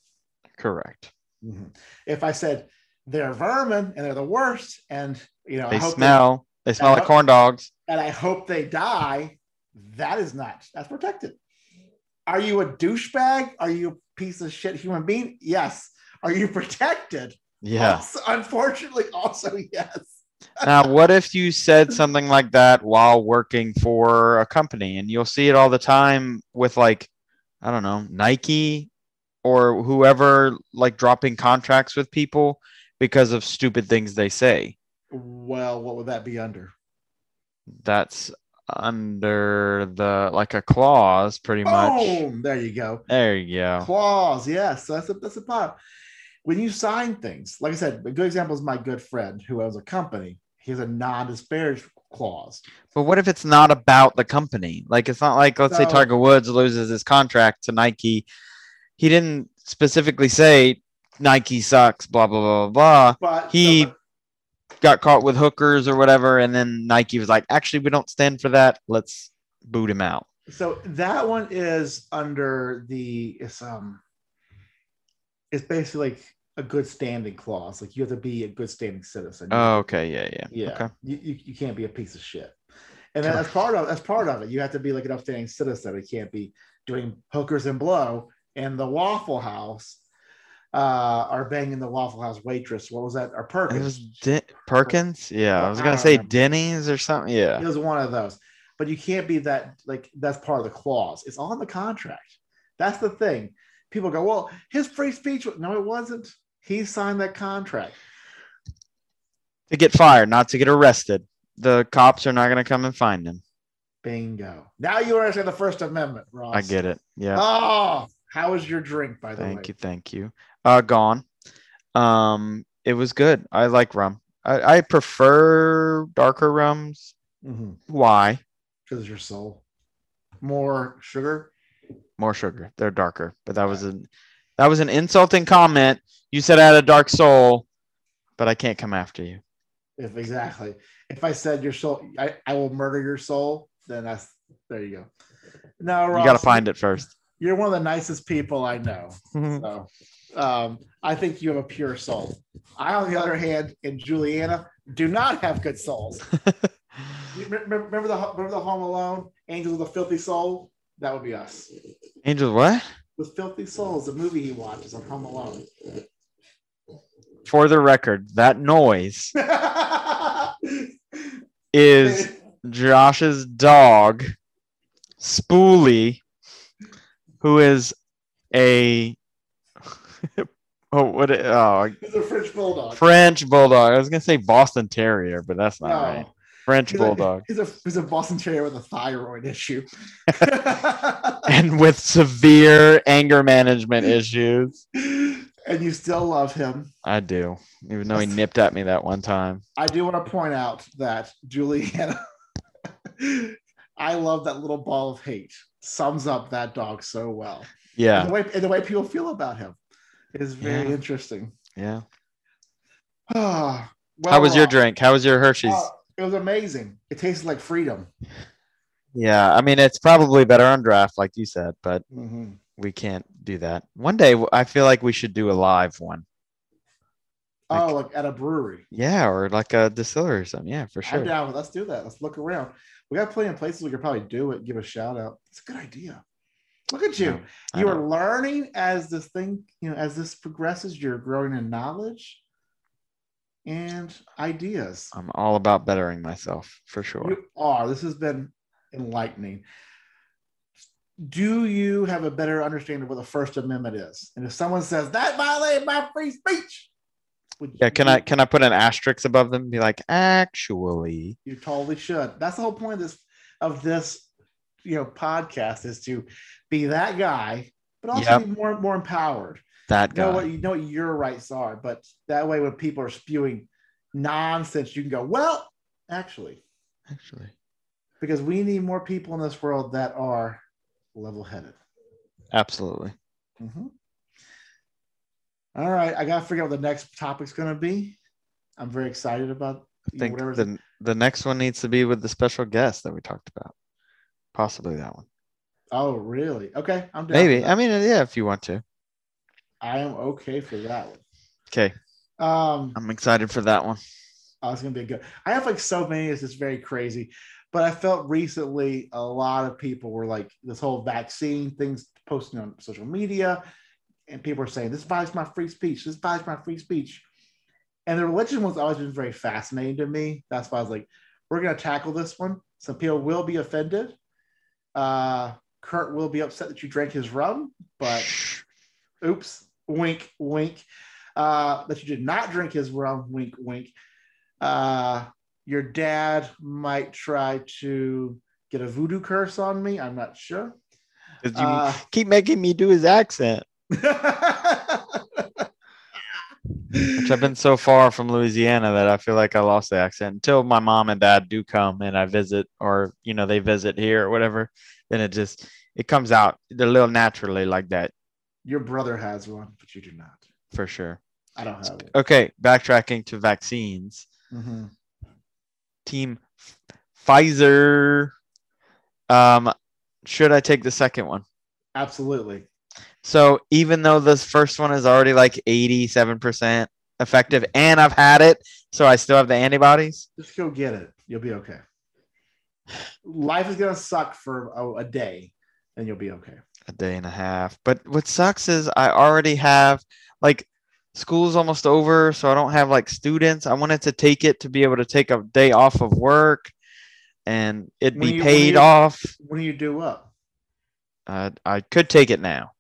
S2: Correct.
S1: Mhm. If I said they're vermin and they're the worst, and you know
S2: They
S1: I hope they-
S2: smell. They smell like
S1: hope-
S2: corn dogs.
S1: and I hope they die, that is not that's protected. Are you a douchebag? Are you a piece of shit human being? Yes. Are you protected?
S2: Yeah.
S1: Also- unfortunately, also yes.
S2: now what if you said something like that while working for a company and you'll see it all the time with like i don't know nike or whoever like dropping contracts with people because of stupid things they say
S1: Well, what would that be under?
S2: that's under the like a clause pretty much
S1: Boom! There you go.
S2: there you go
S1: Claws, yes. So that's a, that's a problem. When you sign things, like I said, a good example is my good friend who owns a company. He has a non-disparage clause.
S2: but what if it's not about the company like it's not like let's say
S1: So-
S2: tiger woods loses his contract to nike he didn't specifically say nike sucks blah blah blah blah
S1: But
S2: He- got caught with hookers or whatever, and then Nike was like, actually, we don't stand for that. Let's boot him out.
S1: So that one is under the it's um it's basically like a good standing clause. Like you have to be a good standing citizen.
S2: Oh, okay, yeah, yeah,
S1: yeah.
S2: okay.
S1: You, you you can't be a piece of shit. And then that's part of that's part of it. You have to be like an upstanding citizen. You can't be doing hookers and blow in the Waffle House uh or banging the Waffle House waitress. What was that? Or
S2: It
S1: Perkins.
S2: was De- Perkins. Yeah, I was
S1: I
S2: gonna
S1: don't
S2: say
S1: remember.
S2: Denny's or something. Yeah,
S1: It was one of those. But you can't be that like that's part of the clause. It's all in the contract. That's the thing. People go, well, his free speech. was-" No, it wasn't. He signed that contract.
S2: to get fired, not to get arrested. The cops are not gonna come and find him.
S1: Bingo. Now you understand the First Amendment, Ross.
S2: I get it. Yeah,
S1: Oh, how was your drink, by the way?
S2: thank you, thank you. Uh, gone. Um, it was good. I like rum. I, I prefer darker rums.
S1: Mhm.
S2: Why?
S1: Because your soul. More sugar.
S2: more sugar. They're darker. But that was an that was an insulting comment. You said I had a dark soul, but I can't come after you.
S1: If exactly. If I said your soul, I, I will murder your soul. Then that's there you go. No, Ross,
S2: You got to find it first.
S1: You're one of the nicest people I know. So um, I think you have a pure soul. I, on the other hand, and Juliana do not have good souls. You re- re- Remember the remember the Home Alone, Angels of the Filthy Soul? That would be us.
S2: Angel, what?
S1: With Filthy Souls, the movie he watches on Home Alone.
S2: For the record, that noise is Josh's dog, Spoolie, who is a oh what oh
S1: He's a French bulldog.
S2: French bulldog. I was gonna say Boston Terrier, but that's not
S1: No.
S2: right. French
S1: He's a-
S2: bulldog.
S1: He's a he's a Boston Terrier with a thyroid issue.
S2: and with severe anger management issues.
S1: and you still love him.
S2: I do. Even though he nipped at me that one time.
S1: I do want to point out that Juliana, I love that little ball of hate. Sums up that dog so well. And
S2: Yeah.
S1: the way and the way people feel about him is very
S2: Yeah.
S1: interesting.
S2: Yeah.
S1: Ah, well,
S2: How was your
S1: Rob,
S2: drink? How was your Hershey's?
S1: uh, it was amazing. It tasted like freedom.
S2: yeah. I mean, it's probably better on draft, like you said, but
S1: Mhm.
S2: we can't do that. One day, I feel like we should do a live one.
S1: Oh, like at a brewery.
S2: Yeah. Or like a distillery or something. Yeah, for
S1: I'm
S2: sure.
S1: down. Let's do that. Let's look around. We got plenty of places we could probably do it. Give a shout out. It's a good idea. Look at you.
S2: I
S1: you
S2: know.
S1: are learning as this thing, you know, as this progresses. You're growing in knowledge and ideas.
S2: I'm all about bettering myself for sure.
S1: You are. This has been enlightening. Do you have a better understanding of what the First Amendment is? And if someone says that violated my free speech, would
S2: Yeah, can
S1: you-
S2: I can I put an asterisk above them? And be like, actually,
S1: You totally should. That's the whole point of this of this you know podcast is to be that guy, but also
S2: Yep.
S1: be more more empowered.
S2: that guy.
S1: Know what you know what your rights are, but that way when people are spewing nonsense, you can go, well, actually,
S2: actually,
S1: because we need more people in this world that are level headed.
S2: absolutely.
S1: Mm-hmm. All right, I gotta figure out what the next topic's gonna be. I'm very excited about
S2: I
S1: you know,
S2: think
S1: whatever's-
S2: the, the next one needs to be with the special guest that we talked about. Possibly that one.
S1: Oh, really? Okay, I'm down. for
S2: Maybe.
S1: that.
S2: I mean, yeah, if you want to.
S1: I am okay for that one.
S2: Okay.
S1: Um,
S2: I'm excited for that one.
S1: oh, it's gonna be good. I have like so many. It's just very crazy. But I felt recently a lot of people were like this whole vaccine things posting on social media, and people are saying this violates my free speech. This violates my free speech. And the religion one's always been very fascinating to me. That's why I was like, we're gonna tackle this one. Some people will be offended. Uh, Kurt will be upset that you drank his rum, but oops, wink, wink, uh, that you did not drink his rum, wink, wink. Uh, your dad might try to get a voodoo curse on me. I'm not sure.
S2: 'Cause you
S1: Uh,
S2: keep making me do his accent, which I've been so far from Louisiana that I feel like I lost the accent until my mom and dad do come and I visit, or you know, they visit here or whatever. Then it just it comes out a little naturally like that
S1: your brother has one, but you do not.
S2: for sure.
S1: I don't have it.
S2: Okay, backtracking to vaccines. Mm-hmm.
S1: Mhm.
S2: team F- Pfizer. Um, should I take the second one?
S1: Absolutely.
S2: So even though this first one is already like eighty-seven percent effective, and I've had it, so I still have the antibodies.
S1: Just go get it. You'll be okay. Life is going to suck for a, a day and you'll be okay.
S2: A day and a half. But what sucks is I already have like school's almost over, so I don't have like students. I wanted to take it to be able to take a day off of work, and it'd
S1: When
S2: be
S1: you- when
S2: paid
S1: you-
S2: off.
S1: When do you do up?
S2: Uh, I could take it now.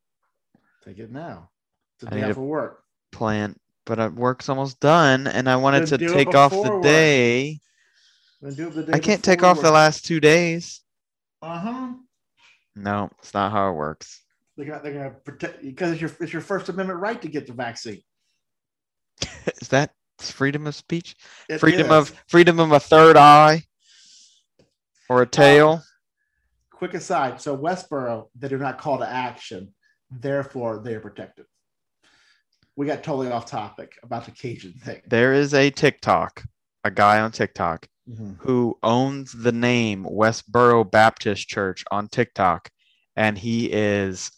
S1: Take it now. It's a
S2: I need
S1: day
S2: to-
S1: off of work.
S2: plan, but uh, work's almost done, and I wanted to
S1: Then do it
S2: take off the
S1: before work.
S2: day.
S1: Then do it the day
S2: I can't take off the last two days.
S1: Uh huh.
S2: No, it's not how it works.
S1: They're gonna they're gonna protect because it's your it's your First Amendment right to get the vaccine.
S2: Is that freedom of speech?
S1: It
S2: freedom
S1: is.
S2: of freedom of a third eye or a tail?
S1: quick aside. So Westboro, they do not call to action, therefore they are protected. We got totally off topic about the Cajun thing.
S2: There is a TikTok, a guy on TikTok
S1: Mhm.
S2: who owns the name Westboro Baptist Church on TikTok, and he is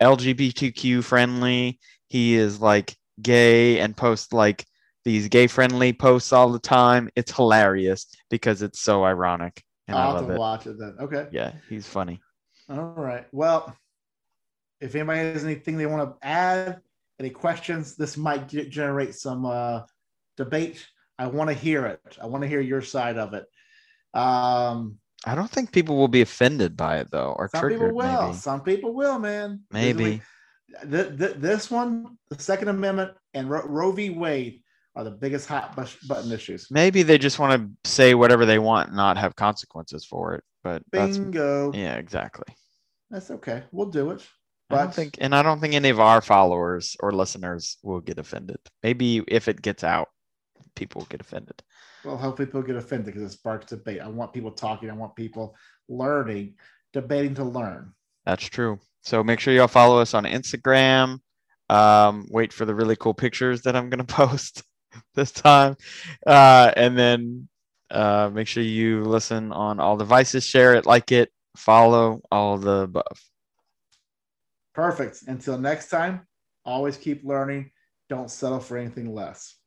S2: LGBTQ friendly. He is like gay and posts like these gay friendly posts all the time. It's hilarious because it's so ironic. And I
S1: I'll have
S2: love
S1: to
S2: it.
S1: watch it then. Okay.
S2: Yeah, he's funny.
S1: All right. Well, if anybody has anything they want to add, any questions, this might ge- generate some uh, debate. I want to hear it. I want to hear your side of it. Um,
S2: I don't think people will be offended by it though, or
S1: some
S2: triggered
S1: people will.
S2: maybe.
S1: Some people will, man. These are
S2: Maybe.
S1: like- th- th- this one, the Second Amendment, and Ro- Roe v. Wade are the biggest hot bus- button issues.
S2: Maybe they just want to say whatever they want, and not have consequences for it. But that's
S1: Bingo.
S2: yeah, exactly.
S1: That's okay. We'll do it.
S2: I don't
S1: But-
S2: think, and I don't think any of our followers or listeners will get offended. Maybe if it gets out, people will get offended.
S1: Well, hopefully people get offended because it sparks debate. I want people talking. I want people learning, debating to learn.
S2: That's true. So make sure y'all follow us on Instagram. Um, wait for the really cool pictures that I'm gonna post this time, uh, and then uh, make sure you listen on all devices, share it, like it, follow all the above.
S1: Perfect. Until next time, always keep learning. Don't settle for anything less.